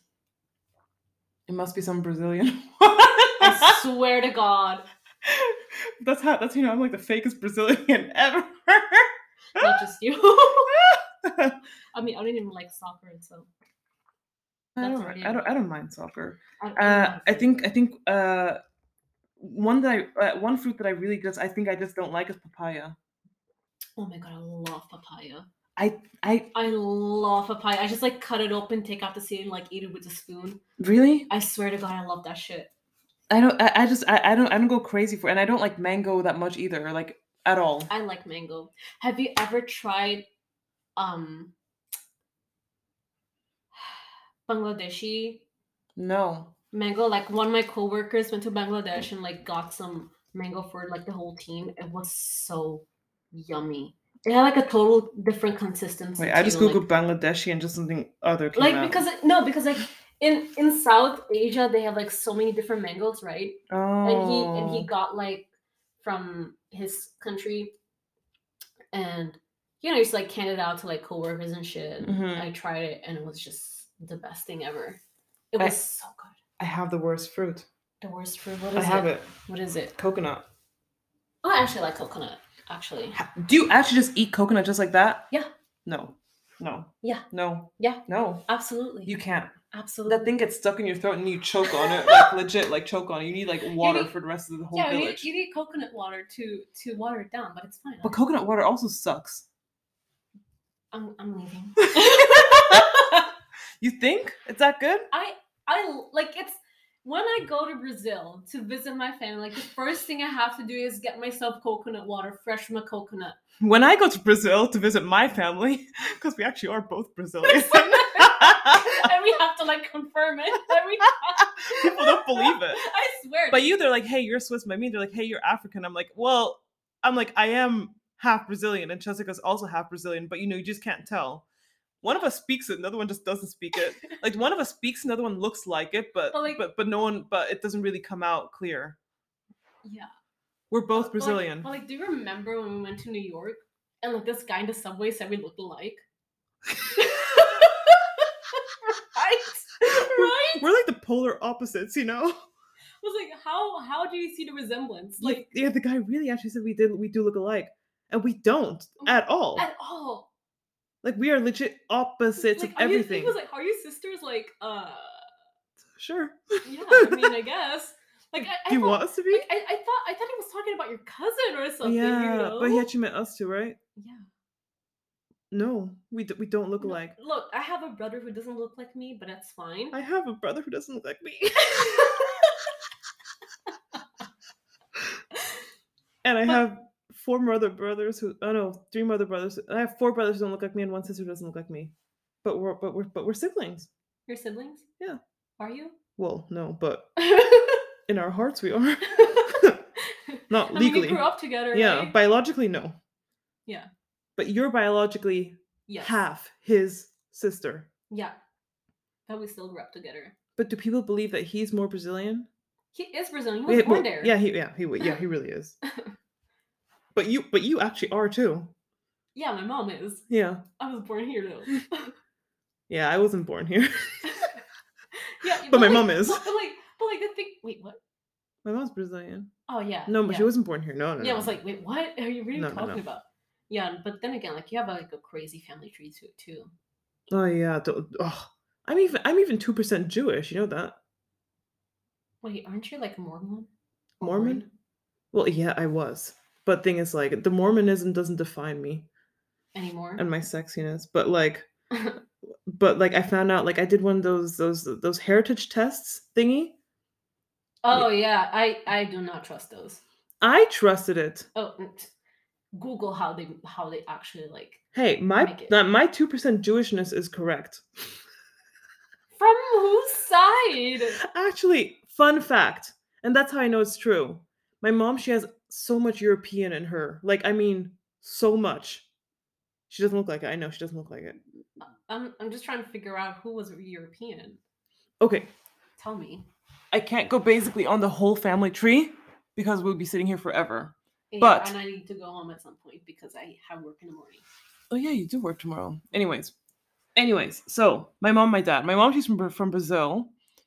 It must be some Brazilian.
I swear to God,
that's how. That's you know I'm like the fakest Brazilian ever.
not just you. I mean, I don't even like soccer, so
I
That's
don't,
already
mind- I
a-
don't. I don't mind soccer.
I, don't
Uh,
like
I
it.
think. I think. Uh, one that I. Uh, one fruit that I really just. I think I just don't like is papaya.
Oh my god, I love papaya.
I
I love papaya. I just like cut it open, take out the seed, and like eat it with a spoon.
really.
I swear to God, I love that shit.
I don't. I, I just. I, I don't. I don't go crazy for. it. And I don't like mango that much either. Like at all.
I like mango. Have you ever tried um Bangladeshi
no.
mango? Like one of my coworkers went to Bangladesh and like got some mango for like the whole team. It was so yummy. It had like a total different consistency.
Wait. I just
too,
googled Bangladeshi and just something other came
like,
out.
like because it, no, because like in in South Asia they have like so many different mangoes, right? and he and he
Oh.
got like from his country and you know he's like handed out to like coworkers and shit
Mhm.
i tried it and it was just the best thing ever it
I-
was so good
I have the worst fruit.
the worst fruit what
I
is
have
it?
it.
what is it
Coconut.
oh i actually like coconut actually
Ha- Do you actually just eat coconut just like that?
Yeah.
No. No.
Yeah.
No.
Yeah.
No.
Absolutely.
You can't.
Absolutely.
That thing gets stuck in your throat and you choke on it. Like legit, like choke on it. You need like water
need-
for the rest of the whole
yeah, you need,
village.
you need coconut water to to water it down, but it's fine.
But coconut water also sucks.
I'm, I'm leaving.
you think? It's that good?
I I l- like it's when I go to Brazil to visit my family. Like the first thing I have to do is get myself coconut water, fresh from a coconut.
When I go to Brazil to visit my family, because we actually are both Brazilian,
and we have to like confirm it every
people don't believe it.
I swear.
By you, they're like, hey, you're Swiss. By me, they're like, hey, you're African. I'm like, well, I'm like, I am half Brazilian, and Jessica's also half Brazilian, but you know, you just can't tell. One of us speaks it, another one just doesn't speak it. Like one of us speaks, another one looks like it, but
But, like-
but but no one, but it doesn't really come out clear.
yeah.
We're both
But, like-
Brazilian.
But like, do you remember when we went to New York and like this guy in the subway said we looked alike? right, right.
We're like the polar opposites, you know.
I was like, how how do you see the resemblance?
Like,
Like
yeah, the guy really actually said we did we do look alike, and we don't
Oh,
at all.
at all.
like we are legit opposites
like,
of
are you-
everything.
he was like, are you sisters? Like, uh,
sure,
yeah. I mean, I guess. Like, I, I
do you
thought,
want us to be?
like, I, I thought I thought he was talking about your cousin or something.
yeah,
you know?
but he actually meant us too, right?
yeah.
No, we d- we don't look
No,
alike.
Look, I have a brother who doesn't look like me, but that's fine.
I have a brother who doesn't look like me, and I
But-
have four mother brothers who oh no, three mother brothers. I have four brothers who don't look like me, and one sister who doesn't look like me. But we're but we're but we're siblings.
Your siblings?
Yeah.
Are you?
Well, no, but in our hearts we are. Not
I mean, we
legally.
grew up together.
yeah,
right?
biologically no.
Yeah.
But you're biologically
yes.
half his sister.
Yeah. But we still grew up together.
But do people believe that he's more Brazilian?
He is Brazilian. He was
Yeah,
born
well,
there.
yeah, he yeah, he wa- yeah, he really is. but you but you actually are too.
Yeah, my mom is.
Yeah.
I was born here though.
Yeah, I wasn't born here.
yeah,
But my
like-
mom is.
But, but like, but like the thing. Wait, what?
My mom's Brazilian.
Oh yeah.
No, but
yeah.
she wasn't born here. No, no.
Yeah, I
no.
was like, wait, what are you really
No, no,
talking
no.
about? Yeah, but then again, like you have like a crazy family tree too. too.
Oh yeah. don't- oh. I'm even I'm even two percent Jewish, you know that?
Wait, aren't you like Mormon? Or
Mormon? Well, yeah, I was. But thing is like the Mormonism doesn't define me.
anymore?
and my sexiness but like but like i found out like i did one of those those those heritage tests thingy
oh yeah, I I do not trust those.
i trusted it
Oh, mm, t- Google how they how they actually like
hey my
Make it.
that my 2% jewishness is correct
from whose side?
actually fun fact and that's how i know it's true my mom she has so much european in her like i mean so much she doesn't look like it i know she doesn't look like it
I'm I'm just trying to figure out who was European.
okay
Tell me.
i can't go basically on the whole family tree because we'll be sitting here forever
Yeah,
But-
and I need to go home at some point because I have work in the morning.
Oh yeah, you do work tomorrow. Anyways, anyways, so my mom, my dad, my mom, she's from Bra- from Brazil,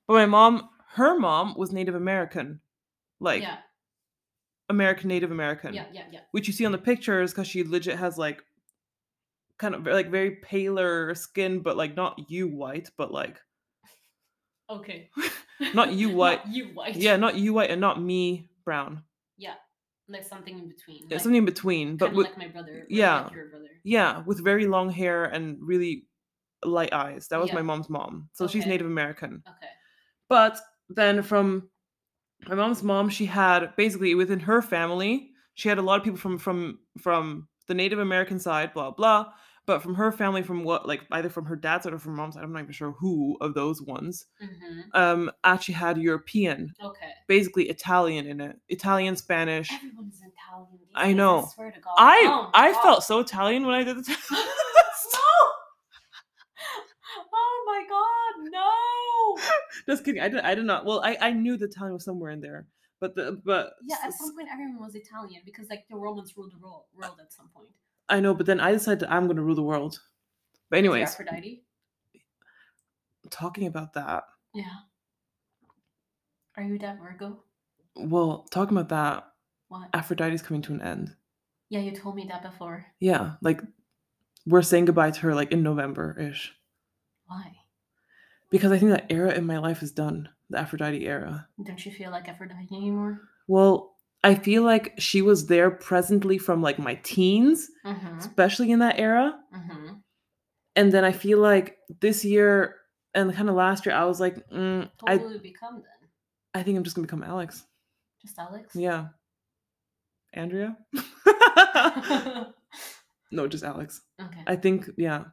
but my mom, her mom was Native American, like
yeah,
American Native American,
yeah, yeah, yeah.
which you see on the pictures because she legit has like kind of like very paler skin, but like not you white, but like
Okay.
Not you white.
you white.
yeah, not you white and not me brown.
Like something in between.
Yeah,
like-
something in between, but
but
with,
like my brother. but
yeah.
like your brother.
yeah, with very long hair and really light eyes. That was
Yeah.
my mom's mom, so she's
Okay.
Native American.
Okay.
But then from my mom's mom, she had basically within her family, she had a lot of people from from from the Native American side, blah blah. But from her family, from what like either from her dad's side or from mom's, side, I'm not even sure who of those ones,
hmm
um, actually had European,
Okay.
basically Italian in it, Italian, Spanish.
Everyone's Italian. these
I
days,
know.
I swear to God.
I
Oh my
I
God.
felt so Italian when I did the test.
Oh my God! No.
Just kidding. I did. I did not. Well, I I knew the Italian was somewhere in there, but the but
Yeah, at
s-
some point everyone was Italian because like the Romans ruled the world, world at some point.
I know, but then I decided that I'm going to rule the world. But
Is it
anyways,
Aphrodite.
talking about that,
Yeah. Are you that Virgo?
well, talking about that,
What?
Aphrodite's coming to an end.
Yeah, you told me that before.
Yeah, like we're saying goodbye to her like in November ish.
Why?
Because I think that era in my life is done, the Aphrodite era.
Don't you feel like Aphrodite anymore?
Well, I feel like she was there presently from like my teens,
Mm-hmm.
especially in that era.
Mm-hmm.
And then I feel like this year and kind of last year, I was like, mm,
What
I,
will we become then?
I think I'm just gonna become Alex.
Just Alex?
Yeah. Andrea? no, just Alex.
okay.
I think, yeah.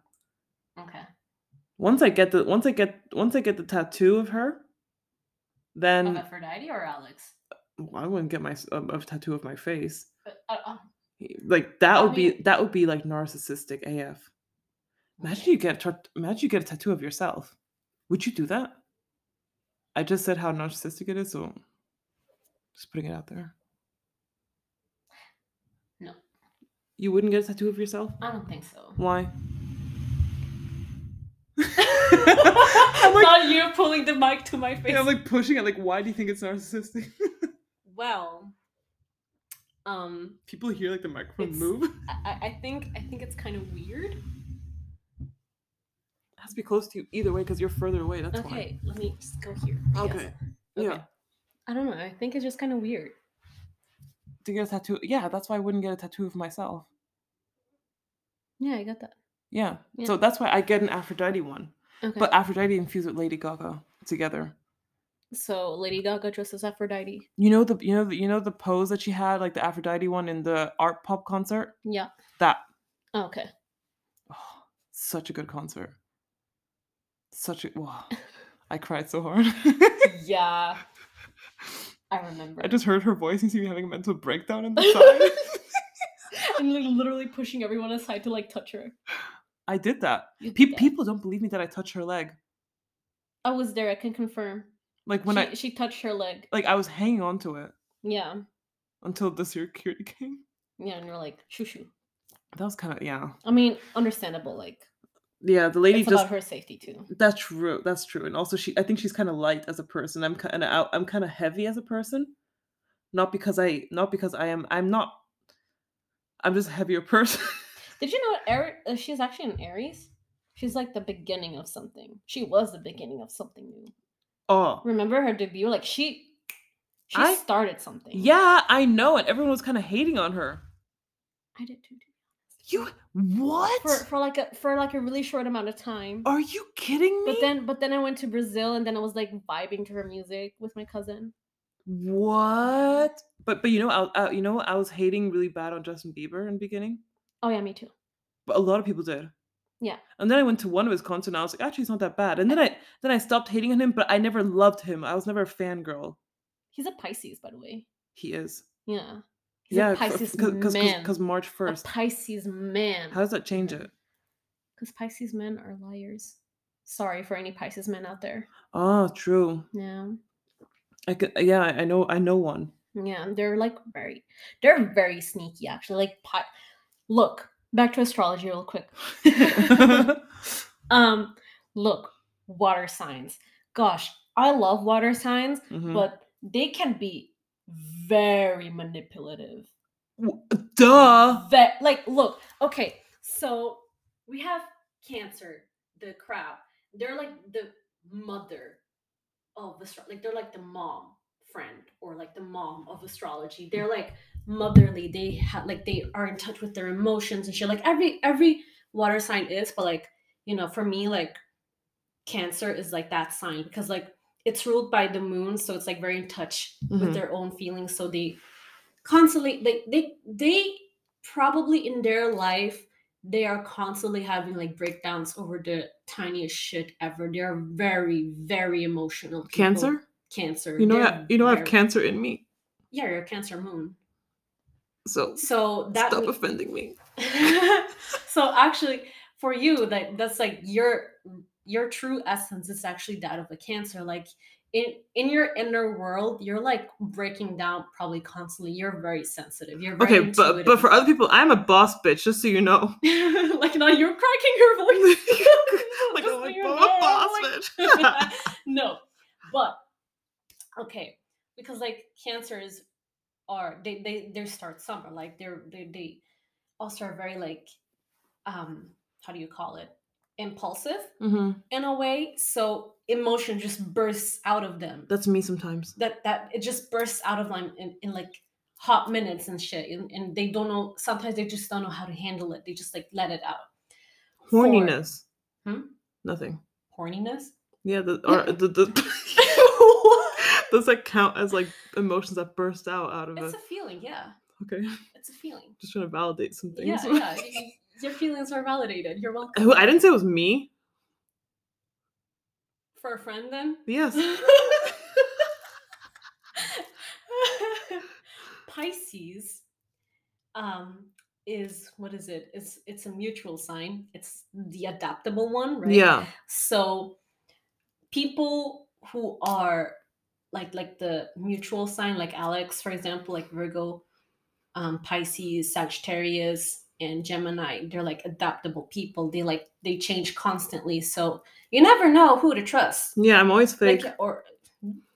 okay.
Once I get the once I get once I get the tattoo of her,
Of
then
Aphrodite or Alex?
well, I wouldn't get my s- a, a tattoo of my face.
Uh, uh, uh,
Like that
I
would be
mean-
that would be like narcissistic AF. Imagine
okay.
you get a tat- imagine you get a tattoo of yourself. Would you do that? I just said how narcissistic it is, so just putting it out there.
No.
You wouldn't get a tattoo of yourself?
I don't think so.
Why?
i
I'm like,
Not you pulling the mic to my face.
yeah, I'm like pushing it. Like, why do you think it's narcissistic?
well, um,
People hear like the microphone
It's-
move. It
I- I, I think I think it's kind of weird.
has to be close to you either way because you're further away. That's why.
Okay, let me just go here. I guess.
Okay. Yeah.
Okay. I don't know. I think it's just kind of weird.
To get a tattoo. Yeah, that's why I wouldn't get a tattoo of myself.
Yeah, I got that.
Yeah.
Yeah.
So that's why I get an Aphrodite one.
Okay.
But Aphrodite infused with Lady Gaga together.
so Lady Gaga dresses Aphrodite.
You know the you know the, you know the pose that she had like the Aphrodite one in the art pop concert.
Yeah.
That
Okay.
oh, such a good concert. Such a wow. I cried so hard.
yeah. I remember.
I just heard her voice and see me having a mental breakdown in the side.
I'm like literally pushing everyone aside to like touch her.
I did that.
You
Pe-
did that.
People don't believe me that I touched her leg.
I was there. I can confirm.
Like when
she,
I
she touched her leg.
like I was hanging on to it
Yeah.
until the security came.
Yeah, and you're like shoo shoo.
That was kind of yeah.
I mean, understandable. Like
Yeah, the lady
it's
just
about her safety too.
that's true. That's true. And also she I think she's kind of light as a person. I'm kind of I'm kind of heavy as a person. Not because I not because I am I'm not I'm just a heavier person.
Did you know Ari- uh, she's actually an Aries? She's like the beginning of something. She was the beginning of something new.
oh.
Remember her debut? Like she, she
I-
started something.
Yeah, I know and everyone was kind of hating on her.
I did too. too.
You what?
For for like a for like a really short amount of time.
Are you kidding me?
But then but then I went to Brazil and then I was like vibing to her music with my cousin.
What? But but you know I, I you know I was hating really bad on Justin Bieber in the beginning,
Oh yeah, me too.
but a lot of people did.
Yeah.
And then I went to one of his concerts and I was like, actually, it's not that bad. And then I then I stopped hating on him, but I never loved him. I was never a fangirl.
He's a Pisces, by the way.
He is.
Yeah. He's a Pisces man.
because March
a
first.
Pisces man.
How does that change
Mhm.
it?
Because Pisces men are liars. Sorry for any Pisces men out there.
Ah, true.
Yeah.
I could, yeah, I I know I know one.
Yeah, they're like very, they're very sneaky actually. Like, pi- look back to astrology real quick.
Mm-hmm.
um, look, water signs. Gosh, I love water signs,
Mhm.
but they can be very manipulative.
W- Duh.
Ve- like, look, okay, so we have Cancer, the crowd. They're like the mother of astro- like they're like the mom friend or like the mom of astrology. They're like motherly. They have like they are in touch with their emotions and shit. Like every every water sign is, but like you know, for me, like Cancer is like that sign because like it's ruled by the moon, so it's like very in touch
Mhm.
with their own feelings. So they constantly they they they probably in their life they are constantly having like breakdowns over the tiniest shit ever. They are very very emotional. people.
Cancer.
Cancer.
You know
They're
I, you know I have
very-
cancer in me.
Yeah, you're a Cancer moon.
So
So that
stop
would-
offending me.
so actually for you that that's like your your true essence is actually that of a cancer like in in your inner world you're like breaking down probably constantly you're very sensitive you're very
Okay, but but for other people, I'm a boss bitch. Just so you know.
people like now you're cracking her voice
like, I'm
Just so
like,
you
"Well, I'm
know,
a boss
like-
bitch.
no, but okay, because like cancers are they they they start summer like they're they they also are very like um how do you call it? Impulsive
Mm-hmm.
in a way. So emotion just bursts out of them.
That's me sometimes.
that that it just bursts out of them in, in like hot minutes and shit and, and they don't know sometimes they just don't know how to handle it they just like let it out Four,
Horniness.
Hmm?
Nothing.
horniness
Yeah. The, or, the, the, does that count as like emotions that burst out out of
it's
us?
a feeling yeah
Okay.
it's a feeling
Just trying to validate some things.
yeah yeah y- your feelings are validated you're welcome
Who- I didn't say it was me.
for a friend then
Yes.
Pisces um is what is it it's it's a mutual sign it's the adaptable one right
Yeah.
so people who are like like the mutual sign like alex for example like virgo um pisces sagittarius and gemini they're like adaptable people they like they change constantly so you never know who to trust
Yeah. I'm always fake.
like or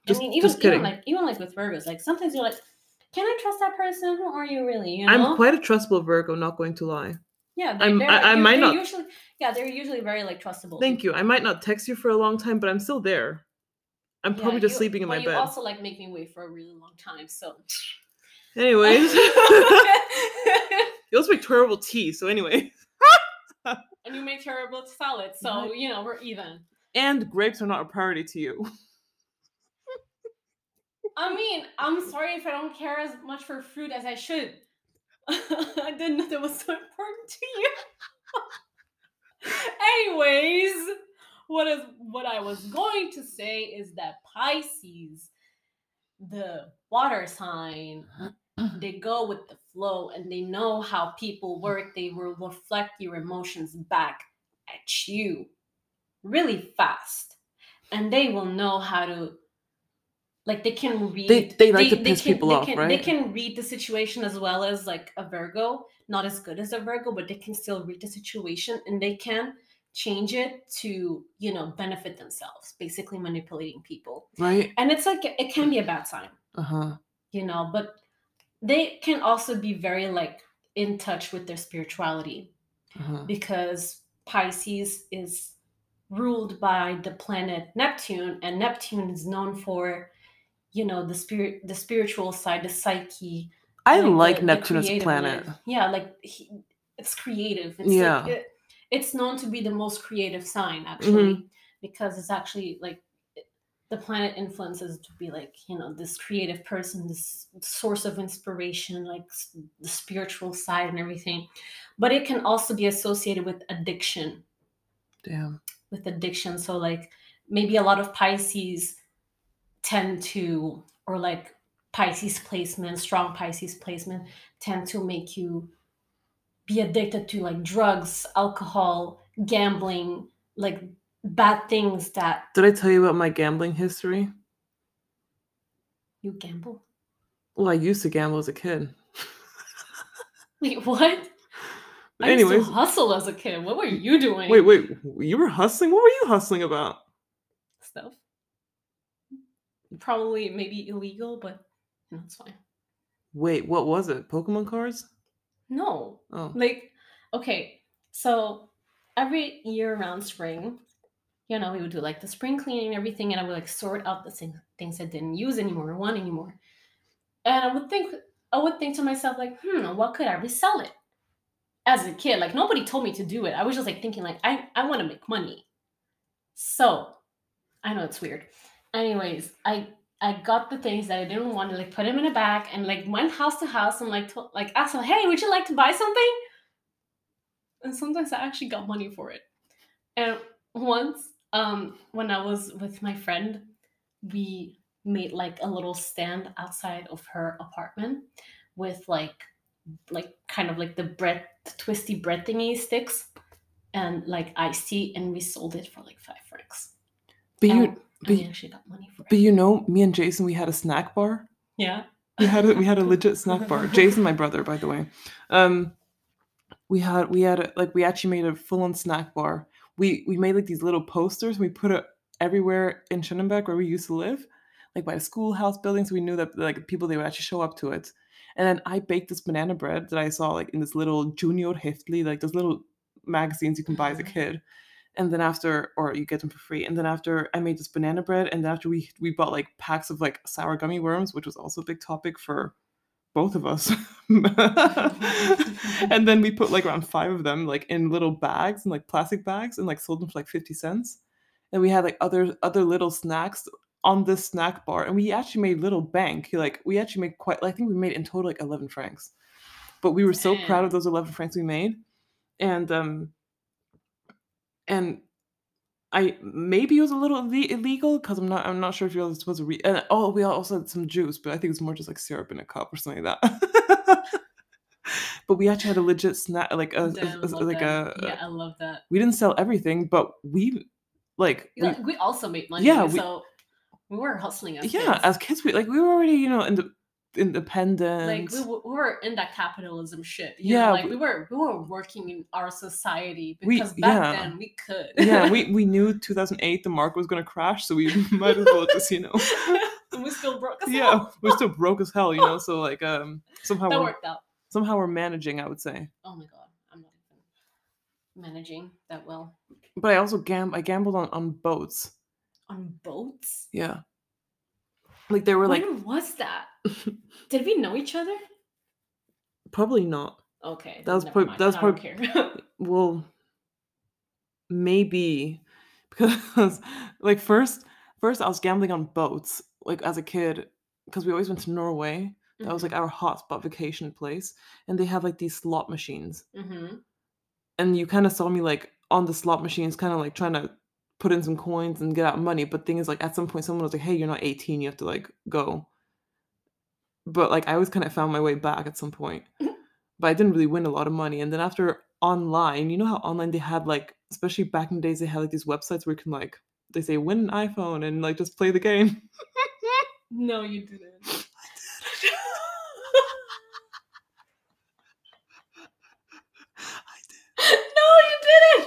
Just-
i mean even,
just
even
kidding.
like even like with virgos like sometimes you're like can i trust that person who are you really you know
I'm quite a trustable Virgo, not going to lie.
yeah
I'm-
they're,
I- I
you-
might
they're
not-
usually yeah they're usually very like trustable
Thank you. I might not text you for a long time, but I'm still there. I'm
Yeah,
probably just
you-
sleeping in
well,
my
You
bed.
also like make me wait for a really long time, so.
Anyways, you also make terrible tea. So anyway,
and you make terrible salad, so you know we're even.
and grapes are not a priority to you.
I mean, I'm sorry if I don't care as much for fruit as I should. I didn't know that was so important to you. Anyways, what is what I was going to say is that Pisces, the water sign, they go with the flow and they know how people work. They will reflect your emotions back at you really fast. And they will know how to like they can read
they like to piss people
they
off,
can, They
right?
can read the situation as well as like a Virgo, not as good as a Virgo, but they can still read the situation and they can change it to, you know, benefit themselves, basically manipulating people.
Right.
And it's like it can be a bad sign
Uh huh.
you know but they can also be very like in touch with their spirituality
Uh-huh.
because pisces is ruled by the planet neptune and neptune is known for you know the spirit the spiritual side the psyche
I
the-
like
the
Neptune as a
creative
planet.
life. yeah like he, it's creative it's
Yeah.
like it, it's known to be the most creative sign actually
Mm-hmm.
because it's actually like it- the planet influences to be like you know this creative person this source of inspiration like s- the spiritual side and everything but it can also be associated with addiction
Damn.
with addiction. So like maybe a lot of Pisces tend to, or like Pisces placement, strong Pisces placement tend to make you be addicted to like drugs, alcohol, gambling, like bad things that
Did I tell you about my gambling history?
you gamble.
Well, I used to gamble as a kid.
Wait, what? I
Anyways,
used to hustle as a kid. What were you doing?
wait, wait. You were hustling. What were you hustling about?
Stuff. Probably maybe illegal, but you know, it's fine.
Wait, what was it? Pokemon cards?
No,
Oh,
like okay so every year around spring you know we would do like the spring cleaning and everything and i would like sort out the thing, things i didn't use anymore or want anymore and i would think i would think to myself like hmm what could i resell it as a kid like nobody told me to do it i was just like thinking like i, I want to make money so i know it's weird anyways i I got the things that I didn't want to like put them in a bag and like went house to house and like told like asked them, hey, would you like to buy something? And sometimes I actually got money for it. And once, um, when I was with my friend, we made like a little stand outside of her apartment with like like kind of like the bread the twisty bread thingy sticks and like iced tea and we sold it for like five francs.
but
and,
you,
and
but-
we actually got money for
but
it.
you know, me and Jason, we had a snack bar.
yeah.
we had a, we had a legit snack bar. Jason, my brother, by the way. Um, we had we had a, like we actually made a full on snack bar. We we made like these little posters. and We put it everywhere in Shenandoah where we used to live, like by the schoolhouse buildings. we knew that like people they would actually show up to it. And then I baked this banana bread that I saw like in this little Junior Heftli, like this little magazines you can buy as a
Mhm.
kid. And then after, or you get them for free. And then after, I made this banana bread. And then after, we we bought like packs of like sour gummy worms, which was also a big topic for both of us. and then we put like around five of them like in little bags and like plastic bags and like sold them for like fifty cents. And we had like other other little snacks on this snack bar, and we actually made little bank. Like we actually made quite. I think we made in total like eleven francs, but we were so proud of those eleven francs we made, and um, and I maybe it was a little ille- illegal because I'm not I'm not sure if you're supposed to read. And oh, we also had some juice, but I think it's more just like syrup in a cup or something like that. but we actually had a legit snack, like a, a-
Damn, I
a-
love
like uh,
that.
a.
yeah, I love that.
We didn't sell everything, but we like
Yeah,
we-
like, we also made money.
Yeah, we-
so we were hustling. As
yeah,
kids.
as kids, we like we were already you know in the independent.
like we, w- we were in that capitalism shit. yeah,
Yeah,
like
we-
we were we were working in our society
We-
because back
yeah.
then we could.
yeah, we, we knew 2008 the market was gonna crash, so we might as well just you know.
And we still broke. as
yeah,
hell.
we're still broke as hell, you know. So like um somehow
that
we're,
worked out.
somehow we're managing, I would say.
Oh my god, I'm not even managing that well
But I also gam I gambled on on boats.
on boats.
Yeah, like they were like
when was that? Did we know each other?
probably not.
Okay,
That was
never
prob-
mind,
that was
I don't care.
Well, maybe because like first first I was gambling on boats like as a kid because we always went to Norway. That was like our hotspot vacation place, and they have like these slot machines.
hmm
and you kind of saw me like on the slot machines, kind of like trying to put in some coins and get out money. But thing is, like at some point, someone was like, "Hey, you're not 18. You have to like go." But like I always kind of found my way back at some point, but I didn't really win a lot of money. And then after online, you know how online they had like, especially back in the days, they had like these websites where you can like they say win an iPhone and like just play the game.
No, you didn't. no, you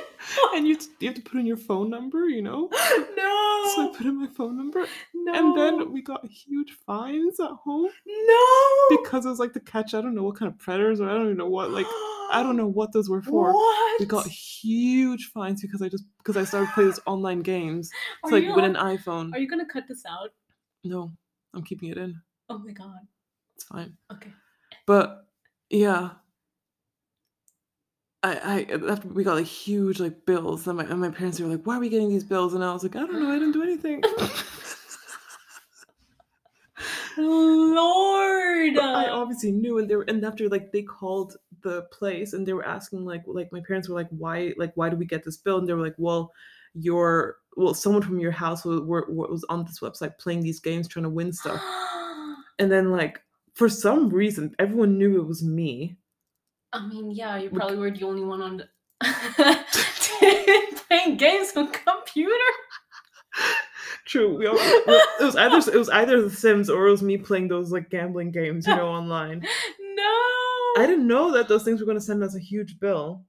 and you you have to put in your phone number, you know.
didn't.
So I
No,
put in my phone number,
Oh. no.
and then we got huge fines at home.
no.
because it was like to catch I don't know what kind of predators or I don't even know what like I don't know what those were for.
What?
We got huge fines because I just because I started playing these online games.
Are
It's like
you
with
al-
an iPhone.
Are you gonna cut this out?
No, I'm keeping it in.
Oh my god.
It's fine.
Okay.
But yeah. I, I after we got like huge like bills and my and my parents were like, Why are we getting these bills? And I was like, I don't know, I didn't do anything.
Lord.
But I
uh,
obviously knew, and they were, and after like they called the place, and they were asking like, like my parents were like, why, like, why do we get this bill? And they were like, well, your, well, someone from your house was, were, were- was on this website playing these games, trying to win stuff, and then like for some reason, everyone knew it was me.
I mean, yeah, you
We-
probably were the only one on the playing games on computer.
True, we all, it was either it was either The Sims or it was me playing those like gambling games, you know, online.
No.
I didn't know that those things were going to send us a huge bill.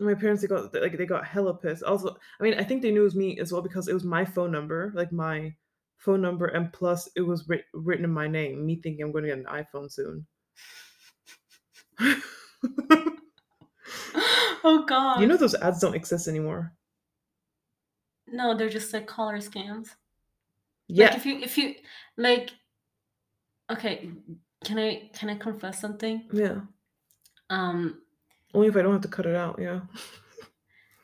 My parents they got like they got hella pissed. Also, I mean, I think they knew it was me as well because it was my phone number, like my phone number, and plus it was writ- written in my name. Me thinking I'm going to get an iPhone soon.
Oh god.
you know those ads don't exist anymore.
No, they're just like collar scams.
Yeah,
Like if you if you like okay, can I can I confess something?
yeah.
Um
Only if I don't have to cut it out. Yeah.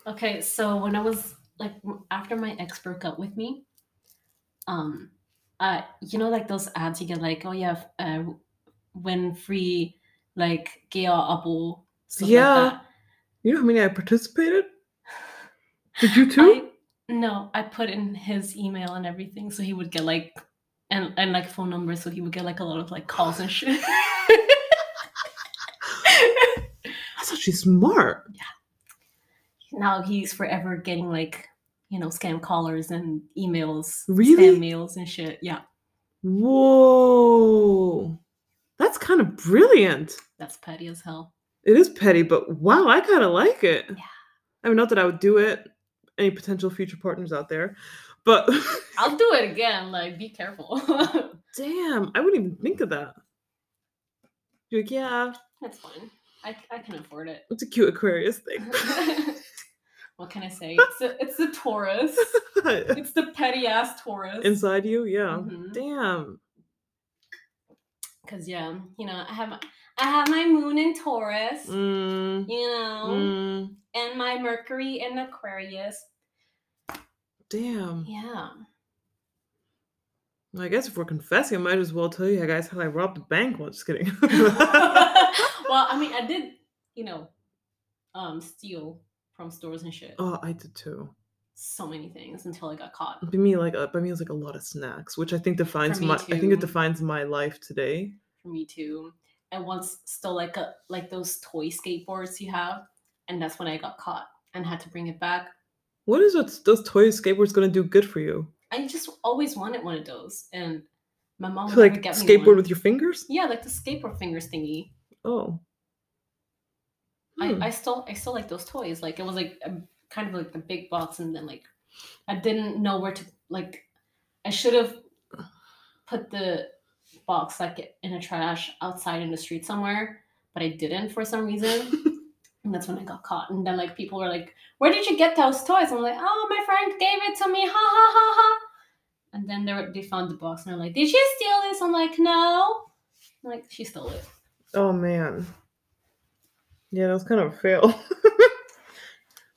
Okay, so when I was like w- after my ex broke up with me, um, uh, you know, like those ads you get, like, oh yeah, f- uh, w- win free, like gay or apple, stuff
Yeah.
Like
You know how many I participated? Did you
that.
too?
I, no, I put in his email and everything, so he would get like, and and like phone numbers, so he would get like a lot of like calls and shit.
That's actually smart.
now he's forever getting like, you know, scam callers and emails,
Really?
spam mails and shit. Yeah,
Whoa, that's kind of brilliant.
that's petty as hell.
It is petty, but wow, I kind of like it.
Yeah.
I mean, not that I would do it. Any potential future partners out there, but
I'll do it again. Like, be careful.
damn, I wouldn't even think of that. You're like, yeah,
That's fine. I, I can afford it.
It's a cute Aquarius thing.
what can I say? It's the, it's the Taurus. It's the petty ass Taurus.
Inside you, yeah.
Mhm.
Damn.
Cause yeah, you know, I have my, I have my Moon in Taurus,
Mm,
you know,
mm,
and my Mercury in Aquarius.
damn.
Yeah,
Well, I guess if we're confessing, I might as well tell you guys how I robbed the bank. Well, just kidding.
well, I mean, I did, you know, um, steal from stores and shit.
oh, I did too.
So many things until I got caught.
By me, like uh, by me, it was like a lot of snacks, which I think defines
me
my. I think
too.
it defines my life today.
For me too. I once stole like a like those toy skateboards you have, and that's when I got caught and had to bring it back.
What is those, those toy skateboards gonna do good for you?
I just always wanted one of those, and my mom Oh, would
like
never get me
skateboard
one.
with your fingers?
yeah, like the skateboard fingers thingy.
Oh. Hmm.
I, I still I still like those toys. Like it was like a, kind of like the big box, and then like I didn't know where to like. I should have put the box like in a trash outside in the street somewhere, but I didn't for some reason. And that's when I got caught. And then like people were like, "Where did you get those toys?" I'm like, "Oh, my friend gave it to me." Ha ha ha ha. And then they were, they found the box and they're like, "Did you steal this?" I'm like, "No." I'm like she stole it.
Oh man. Yeah, that was kind of a fail.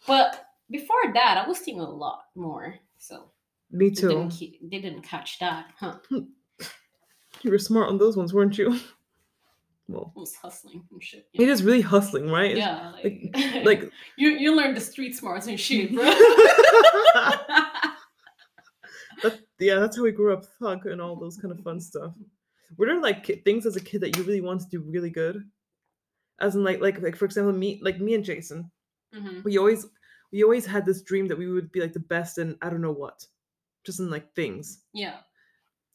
But before that, I was seeing a lot more. So
me
they
too.
didn't, ke- they didn't catch that, huh?
You were smart on those ones, weren't you? Well,
I was hustling and shit.
it is really hustling, right?
yeah,
like-
like,
Like
you you learned the street smarts and shit, bro.
yeah, that's how we grew up, thug and all those kind of fun stuff. Were there like ki- things as a kid that you really wanted to do really good? As in like like like for example, me like me and Jason,
Mhm.
we always we always had this dream that we would be like the best in I don't know what, just in like things.
Yeah,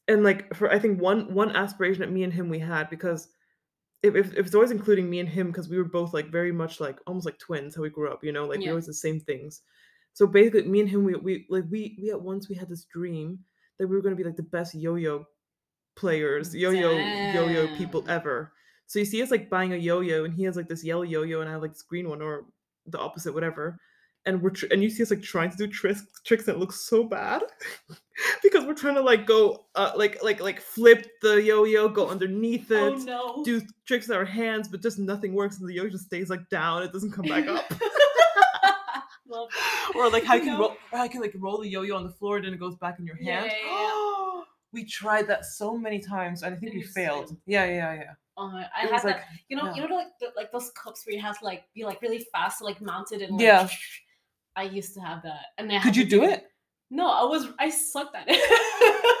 and like for I think one one aspiration that me and him we had because if if, if it's always including me and him because we were both like very much like almost like twins how we grew up you know like we
Yeah.
always the same things. So basically, me and him we we like we we at once we had this dream that we were going to be like the best yo-yo players yo-yo yo-yo people
Damn.
ever. So you see us like buying a yo-yo and he has like this yellow yo-yo and I have like this green one or the opposite whatever. And we're tr- and you see us like trying to do tricks tricks that look so bad because we're trying to like go uh, like like like flip the yo-yo, go underneath it,
oh no,
do tricks with our hands, but just nothing works and the yo-yo just stays like down. It doesn't come back up.
Love-
or like how you can
know?
roll, how you can like roll the yo-yo on the floor and then it goes back in your
Yeah,
hand.
yeah, yeah,
we tried that so many times and I think
And
we
you
failed.
failed.
Yeah, yeah, yeah.
Oh my,
it
I had
was
that.
like
you know,
yeah.
you know, like the, like those cups where you have to like be like really fast, to, like mounted and like,
Yeah.
I used to have that, and I had
could
to
you do it?
No, I was I sucked at it.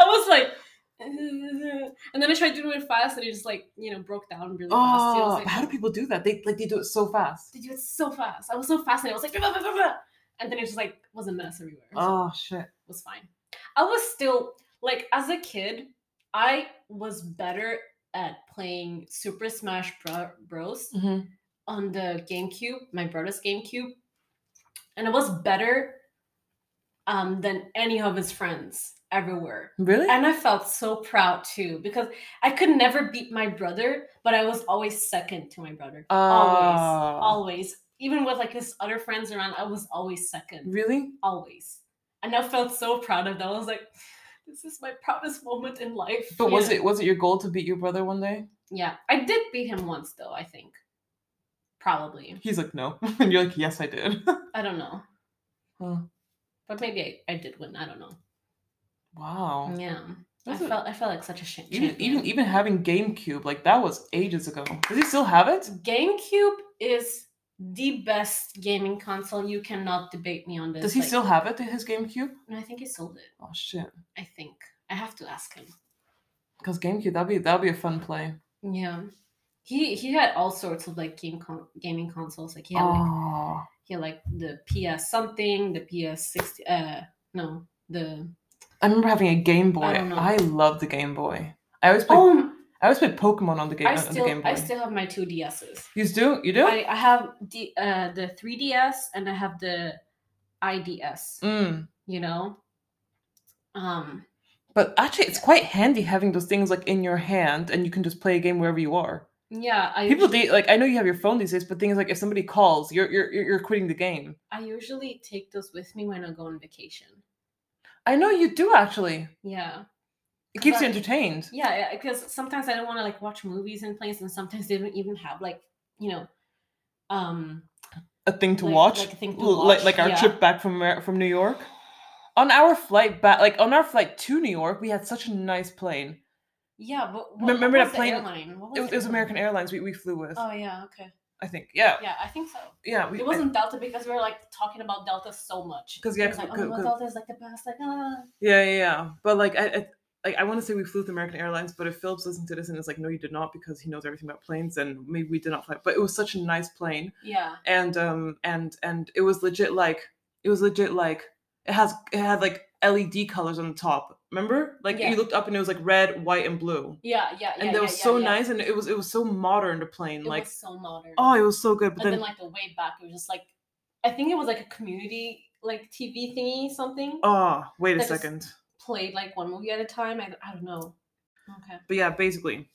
I was like, and then I tried to do it fast, and it just like you know broke down really fast. too. I
Oh,
was
but
like,
how do people do that? They like they do it so fast.
they do it so fast. I was so fast, and I was like, "Blah, blah, blah, blah," and then it just like was a mess everywhere. So
Oh shit.
it was fine. I was still like as a kid, I was better at playing Super Smash Bro- Bros
Mhm.
on the GameCube, my brother's GameCube, and it was better um, than any of his friends everywhere.
Really?
And I felt so proud too because I could never beat my brother, but I was always second to my brother.
Ah.
Always, always. Even with like his other friends around, I was always second,
really?
always. And I felt so proud of that. I was like, this is my proudest moment in life.
But
you
was
know?
it was it your goal to beat your brother one day?
Yeah, I did beat him once though. I think probably.
He's like, no. And you're like, yes, I did.
I don't know.
Huh.
But maybe I, I did win. I don't know.
Wow.
Yeah, I
Oh. That's a-
felt I felt like such a shit.
Even, even even having GameCube, like that was ages ago. Does he still have it?
GameCube is the best gaming console. You cannot debate me on this.
Does he
like-
still have it? His GameCube?
No, I think he sold it.
Oh shit.
I think I have to ask him.
Because GameCube, that'd be that'd be a fun play.
Yeah, he he had all sorts of like game con- gaming consoles. Like he had like
Oh.
he had like the PS something, the PS sixty. Uh, no, the
I remember having a Game Boy.
don't know.
I, loved the Game Boy. I always played
oh,
I always played Pokemon on the game
I
on the
still
Game Boy.
I still have my two DSs.
You do? You do?
I, I have the uh the 3ds and I have the IDS.
Mm.
You know, um,
But actually it's quite handy having those things like in your hand and you can just play a game wherever you are.
Yeah, I
People
usually-
date like I know you have your phone these days, but thing is like if somebody calls, you're you're you're you're quitting the game.
I usually take those with me when I go on vacation.
I know you do actually.
Yeah.
It keeps you
But-
entertained.
Yeah, because sometimes I don't want to like watch movies in planes and sometimes they don't even have like, you know, um
A thing to
like-
watch.
like a thing to
L- like
watch,
like our
yeah.
trip back from Amer- from New York. On our flight back, like on our flight to New York, we had such a nice plane.
yeah, but
Mem- remember that
what was the
plane-
airline? What
It was,
the
it was
airline?
American Airlines. We, we flew with.
Oh yeah, okay.
I think. Yeah.
Yeah, I think so.
Yeah. We,
It wasn't Delta because we were like talking about Delta so much.
'Cause, yeah,
It was like,
'cause-
oh, my God,
'cause-
Delta is like the best. Like, ah.
yeah, yeah, yeah. But like I, I like I want to say we flew with American Airlines, but if Phillips listened to this and is like, no, you did not, because he knows everything about planes, then maybe we did not fly. But it was such a nice plane,
Yeah.
and um and and it was legit like it was legit like it has it had like LED colors on the top. Remember? Like
Yeah.
you looked up and it was like red, white, and blue.
Yeah, yeah, yeah.
And
yeah,
that was
yeah,
so
yeah.
nice, and it was it was so modern. The plane,
It
like
was so modern.
oh, it was so good. But
and then,
then,
like the way back, it was just like I think it was like a community like TV thingy something.
oh, wait a
that just-
second.
Played like one movie at a time. I, I don't know. Okay.
But yeah, basically,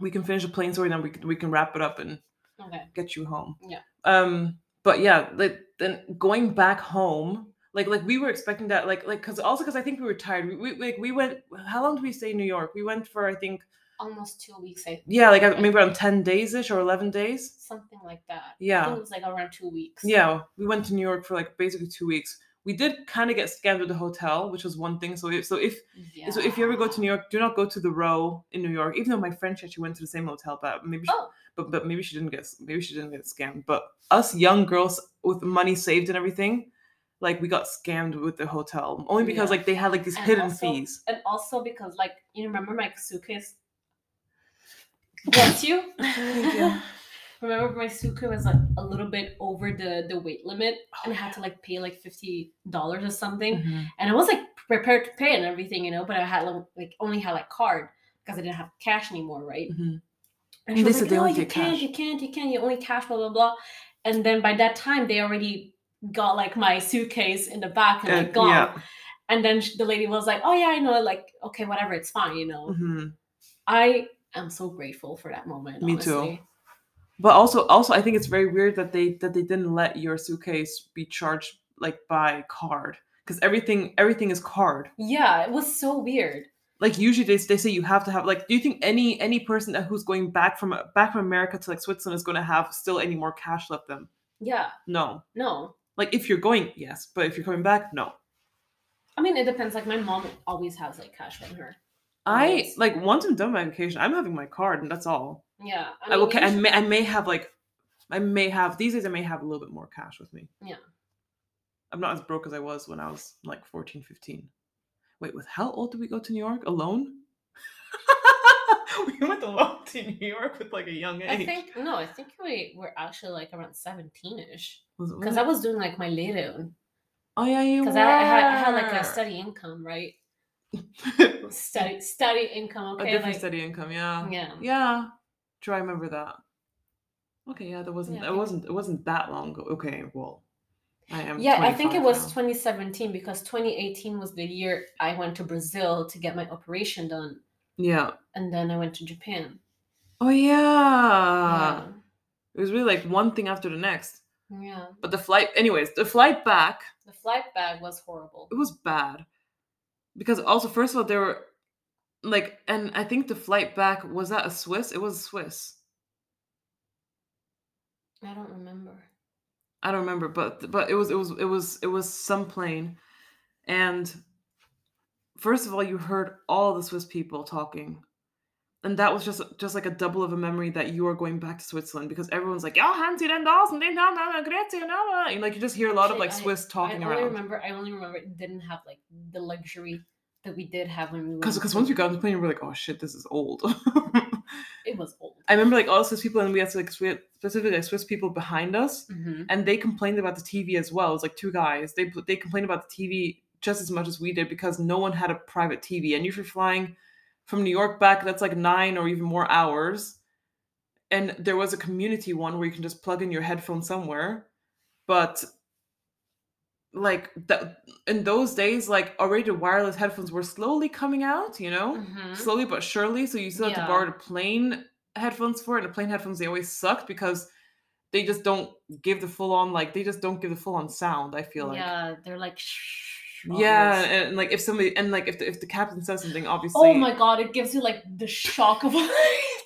we can finish the plane story, and then we can, we can wrap it up and
Okay.
get you home.
Yeah.
Um. But yeah, like then going back home, like like we were expecting that, like like because also because I think we were tired. We, we like we went. How long did we stay in New York? We went for I think
Almost two weeks, I
yeah, like uh, maybe around ten days ish or eleven days.
something like that. I think
Yeah.
it was like around two weeks.
Yeah. We went to New York for like basically two weeks. We did kind of get scammed at the hotel, which was one thing. So if so if
Yeah.
so if you ever go to New York, do not go to the Row in New York. Even though my friend she actually went to the same hotel, but maybe she,
Oh.
but but maybe she didn't get s- maybe she didn't get scammed. But us young girls with money saved and everything, like we got scammed with the hotel only because
Yeah.
like they had like these
And
hidden
also-
fees.
and also because like you remember my suitcase. Bless you. remember my suitcase was like a little bit over the the weight limit, and I had to like pay like fifty dollars or something.
Mhm.
and I was like prepared to pay and everything, you know, but I had like, like only had like card because I didn't have cash anymore, right?
Mhm.
And
And
she
they
was
said
like,
they
no,
only
you
take
can't,
cash."
you can't, you can't, you only cash, blah blah blah. And then by that time, they already got like my suitcase in the back and, like
And-
gone.
yeah.
And then sh- the lady was like, oh yeah, I know, like okay, whatever, it's fine, you know.
Mhm.
I am so grateful for that moment.
Me too.
honestly.
But also also I think it's very weird that they that they didn't let your suitcase be charged like by card because everything everything is card.
Yeah, it was so weird.
like usually they, they say you have to have like do you think any any person that who's going back from back from america to like switzerland is going to have still any more cash left them
Yeah,
no
no,
like if you're going yes but if you're coming back no
I mean it depends. Like my mom always has like cash on her.
i
Yes.
like once i'm done my vacation i'm having my card and that's all
Yeah, I
i
mean,
okay i
usually-
may i may have like i may have these days i may have a little bit more cash with me
Yeah.
i'm not as broke as i was when i was like 14 15 wait with how old did we go to new york alone we went alone to new york with like a young age
I think no, I think we were actually like around seventeen ish
Was it- was
because
it-
I was doing like my later
Oh yeah, you
because I, I had I had like a study income right
study,
study study income
Mm. a
okay
different
like
study income. Yeah. yeah,
yeah
Try remember that. Okay, yeah, that wasn't.
Yeah, I
it
think-
wasn't. It wasn't that long ago. Okay, well, I am.
yeah I think it
25
was
now.
2017 because 2018 was the year I went to Brazil to get my operation done
yeah.
and then I went to Japan
Oh yeah.
yeah
It was really like one thing after the next.
yeah
But the flight, anyways, the flight back,
the flight bag was horrible
it was bad, because also first of all there were, like, and I think the flight back was that a Swiss? It was Swiss.
I don't remember
I don't remember, but but it was it was it was it was some plane, and first of all, you heard all the Swiss people talking, and that was just just like a double of a memory that you are going back to Switzerland because everyone's like, ja, haben Sie denn das und den da, da, da, Gretzky, na, na," and like you just hear a lot of
Shit,
like
I-
Swiss
I
talking
only
around.
remember I only remember it didn't have like the luxury that we did have when we
Because
went
because
to-
once we got on the plane, we were like, oh shit, this is old.
it was old.
I remember like all Swiss people, and we had like Swiss, specifically like Swiss people behind us.
Mhm.
and they complained about the TV as well. It was like two guys. They they complained about the TV just as much as we did because no one had a private TV. And if you're flying from New York back, that's like nine or even more hours. And there was a community one where you can just plug in your headphone somewhere, but like that in those days, like already the wireless headphones were slowly coming out. You know
Mhm.
slowly but surely. So you still have
Yeah.
to borrow the plane headphones for it, and the plain headphones they always sucked because they just don't give the full on like they just don't give the full on sound. I feel like
yeah, they're like shh.
yeah,
almost.
and, and, like if somebody and like if the, if the captain says something, obviously.
Oh my god, it gives you like the shock of. it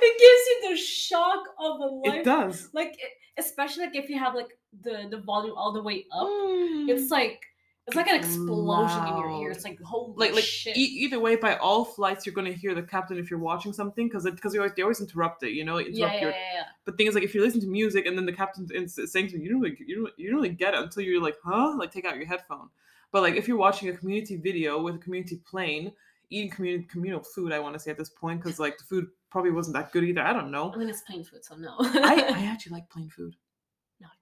gives you the shock of a
It
life.
does.
Like it- especially like if you have like the the volume all the way up, Um,
Mm.
it's like it's like an
It's
explosion in
loud.
your ear. It's like holy
like like
shit.
e- either way by all flights you're going to hear the captain if you're watching something because because they always, they always interrupt it you know interrupt
yeah, yeah, yeah,
your
yeah.
but thing is like if you listen to music and then the captain's in- saying to you you don't really, you don't you don't really get it until you're like huh like take out your headphone but like if you're watching a community video with a community plane eating community communal food I want to say at this point because like the food probably wasn't that good either I don't know
I mean, it's plain food, so no.
I, I actually like plain food
no, I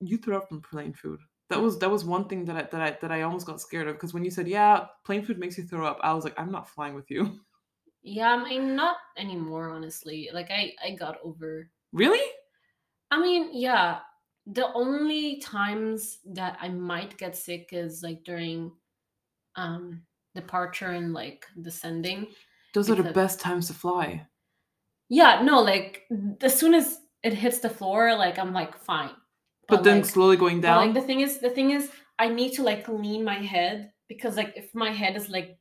you threw up from plain food. That was that was one thing that I that I that I almost got scared of because when you said yeah plain food makes you throw up I was like I'm not flying with you
Yeah, I mean, not anymore, honestly. Like, I I got over.
really
I mean, yeah. The only times that I might get sick is like during um departure and like descending.
Those are the
Except-
best times to fly.
Yeah, no, like as soon as it hits the floor, like I'm like fine.
But then
like,
slowly going
but,
down.
like the thing is, the thing is, I need to like lean my head because like if my head is like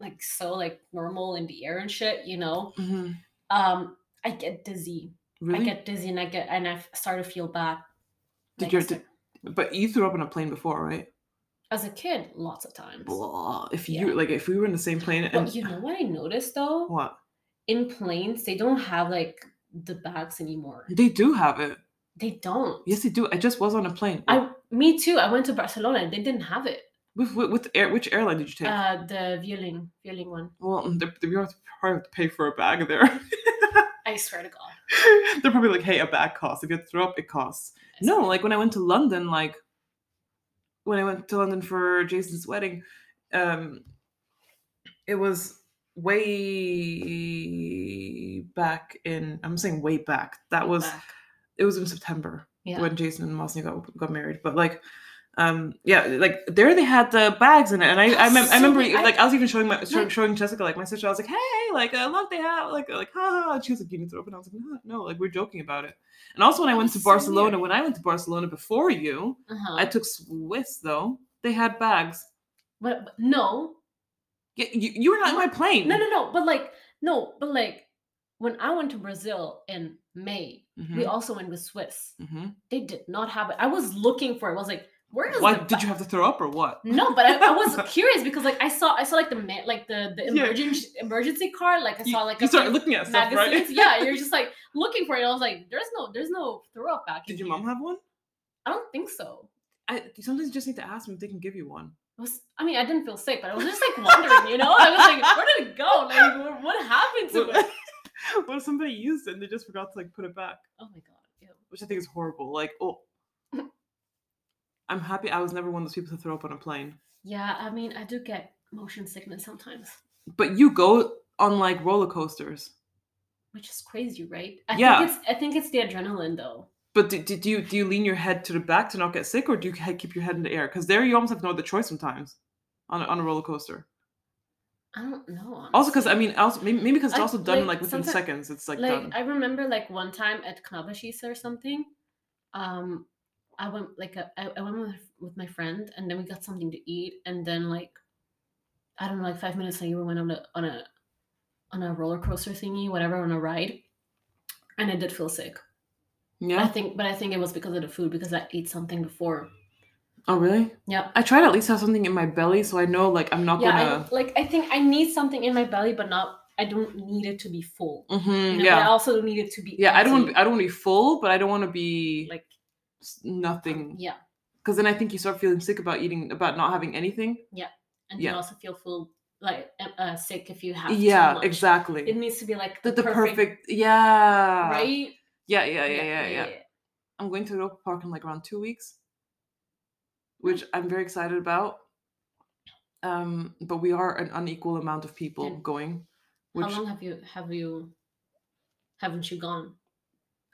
like so like normal in the air and shit, you know,
Mhm.
um, I get dizzy.
Really?
I get dizzy and I get and I f- start to feel bad.
Did
Like,
your
as, a-
but you threw up on a plane before, right?
as a kid, lots of times.
Blah. If you like, if we were in the same plane and
But you know what I noticed though?
what
In planes, they don't have like the bags anymore.
they do have it.
They don't.
Yes, they do. I just was on a plane.
I me too. I went to Barcelona and they didn't have it.
with with, with air, which airline did you take?
Uh, the Vueling, Vueling one.
well, they they- you have to probably have to pay for a bag there.
I swear to God.
They're probably like, hey, a bag costs. If you throw up, it costs.
I
No,
swear.
like when I went to London, like when I went to London for Jason's wedding, um, it was way back in. I'm saying way back. That was
Back.
it was in September
yeah.
when Jason and Mosny got got married. But like, um, yeah, like there they had the bags in it, and I I, mem- I
So
remember
weird. I-
like I was even showing my show-
Like-
showing Jessica like my sister. I was like, hey, like uh, look, they have like like ha ha. And she was like, you need to open. I was like, no, no, like we're joking about it. And also when I
That
went
is
to
so
Barcelona,
weird.
when I went to Barcelona before you,
uh-huh.
I took Swiss though. They had bags.
but, but no,
Yeah, you, you were not in my plane.
no, no, no. But like, no, but like, when I went to Brazil in May,
Mm-hmm,
we also went with Swiss.
hmm
They did not have it. I was looking for it. I was like, where is
Why
the
did you have to throw up or what?
No, but I, I was curious because like I saw I saw like the ma- like the the
Yeah.
emergency emergency card like I
You,
saw like
you
a
started
few
looking at stuff,
magazines.
right?
yeah, you're just like looking for it. I was like, there's no there's no throw up back.
Did
in
your
here.
mom have one?
I don't think so.
I you sometimes just need to ask them if they can give you one.
It was I mean I didn't feel sick, but I was just like wondering, you know? I was like, where did it go? Like wh- what happened to
what
it?
what if somebody used it and they just forgot to like put it back,
Oh my god. Ew.
which I think is horrible. Like, oh, I'm happy I was never one of those people to throw up on a plane.
Yeah, I mean I do get motion sickness sometimes,
But you go on like roller coasters.
which is crazy, right? I
Yeah.
think it's I think it's the adrenaline though.
But do, do, do you do you lean your head to the back to not get sick, or do you he- keep your head in the air? Because there you almost have no other choice sometimes on a, on a roller coaster.
I don't know. Honestly.
Also, because I mean, also maybe because it's
I-
also done
like,
like within
someti-
seconds. It's like,
like
done.
I remember like one time at Knabashis or something, um, I went like a, I, I went with, with my friend and then we got something to eat and then like, I don't know, like five minutes later we went on a on a on a roller coaster thingy, whatever, on a ride, and I did feel sick. I
yeah.
think, but I think it was because of the food because I ate something before.
Oh really?
Yeah.
I try to at least have something in my belly so I know like I'm not
Yeah,
gonna.
I, like I think I need something in my belly, but not. I don't need it to be full.
Mhm,
you know, but I
yeah.
also don't need it to be.
Yeah. I don't. Wanna
empty,
be, I don't want to be full, but I don't want to be
like um,
s- nothing.
yeah.
Because then I think you start feeling sick about eating, about not having anything.
and you
Yeah.
also feel full like um, uh, sick if you have too
yeah.
much.
Exactly.
it needs to be like
the, the perfect, yeah.
right
Yeah. Yeah. Yeah. Yeah. yeah. I'm going to Europa Park in like around two weeks, which I'm very excited about. Um, but we are an unequal amount of people
And
going, which
how long have you have you haven't you gone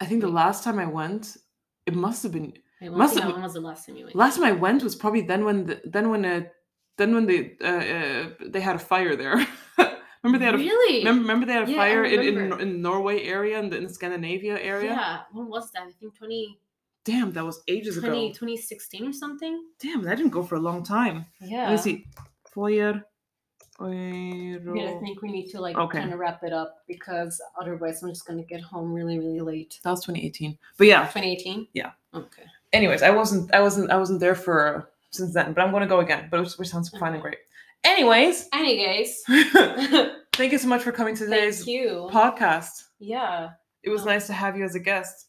I think the last time I went, it must have been
Wait, when-
Must
yeah,
have-
when was the last time you went
last time I went was probably then when the, then when uh then when they uh, uh, they had a fire there Remember they had a
really?
remember, remember they had a
Yeah, I
fire in, in
remember.
in Norway area and in, the Scandinavia area.
Yeah. When was that? I think 20,
Damn, that was ages
20
ago.
2016 or something.
Damn, that didn't go for a long time.
Yeah.
Let me see. Foyer.
I mean, I
Oero-
think we need to like
Okay.
kind of wrap it up because otherwise I'm just gonna get home really, really late.
That was 2018. But yeah.
2018.
Yeah.
Okay.
Anyways, I wasn't I wasn't I wasn't there for since then, but I'm gonna go again. But which, which sounds fine and great. Anyways,
Any guys.
thank
Thank
you so much for coming to today's
you.
podcast.
yeah.
It was
Um,
nice to have you as a guest.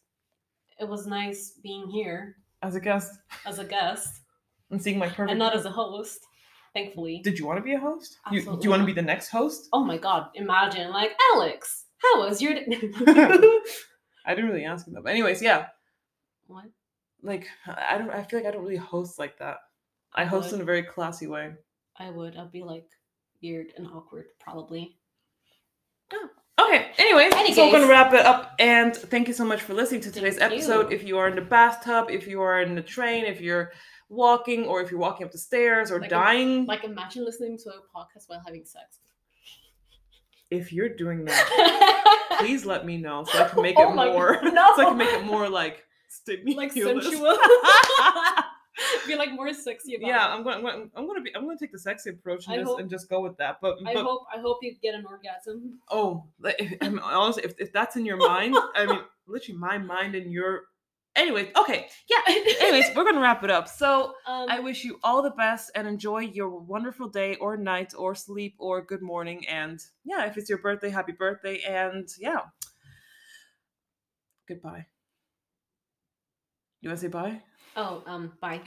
It was nice being here
As a guest.
as a guest
And seeing my perfect
and not as a host, thankfully.
Did you want to be a host? You, do
Absolutely
you want to
not.
be the next host?
oh my god, imagine like Alex, how was your day?
I didn't really ask him that. But anyways, yeah.
what?
Like I I don't I feel like I don't really host like that. I host
What?
in a very classy way.
I would. I'd be like weird and awkward, probably.
Okay, anyways,
Any
so we're gonna
case.
wrap it up and thank you so much for listening to today's
Thank
episode.
you.
If you are in the bathtub, if you are in the train, if you're walking or if you're walking up the stairs or
Like a-
dying,
Like imagine listening to a podcast while having sex.
if you're doing that, please let me know so I can make
Oh
it
my
more
God, no.
so I can make it more like
like
stimulus.
sensual. be like more sexy about
yeah,
it.
I'm gonna, I'm gonna I'm gonna be I'm gonna take the sexy approach in
I
this
hope-
and just go with that. But
I
but
hope I hope you get an orgasm.
oh, like, if, I mean, honestly, if, if that's in your mind, I mean, literally my mind and your. Anyways, okay, yeah. Anyways, we're gonna wrap it up. So
um,
I wish you all the best and enjoy your wonderful day or night or sleep or good morning. And yeah, if it's your birthday, happy birthday. And yeah, goodbye. You wanna say bye?
oh um bye.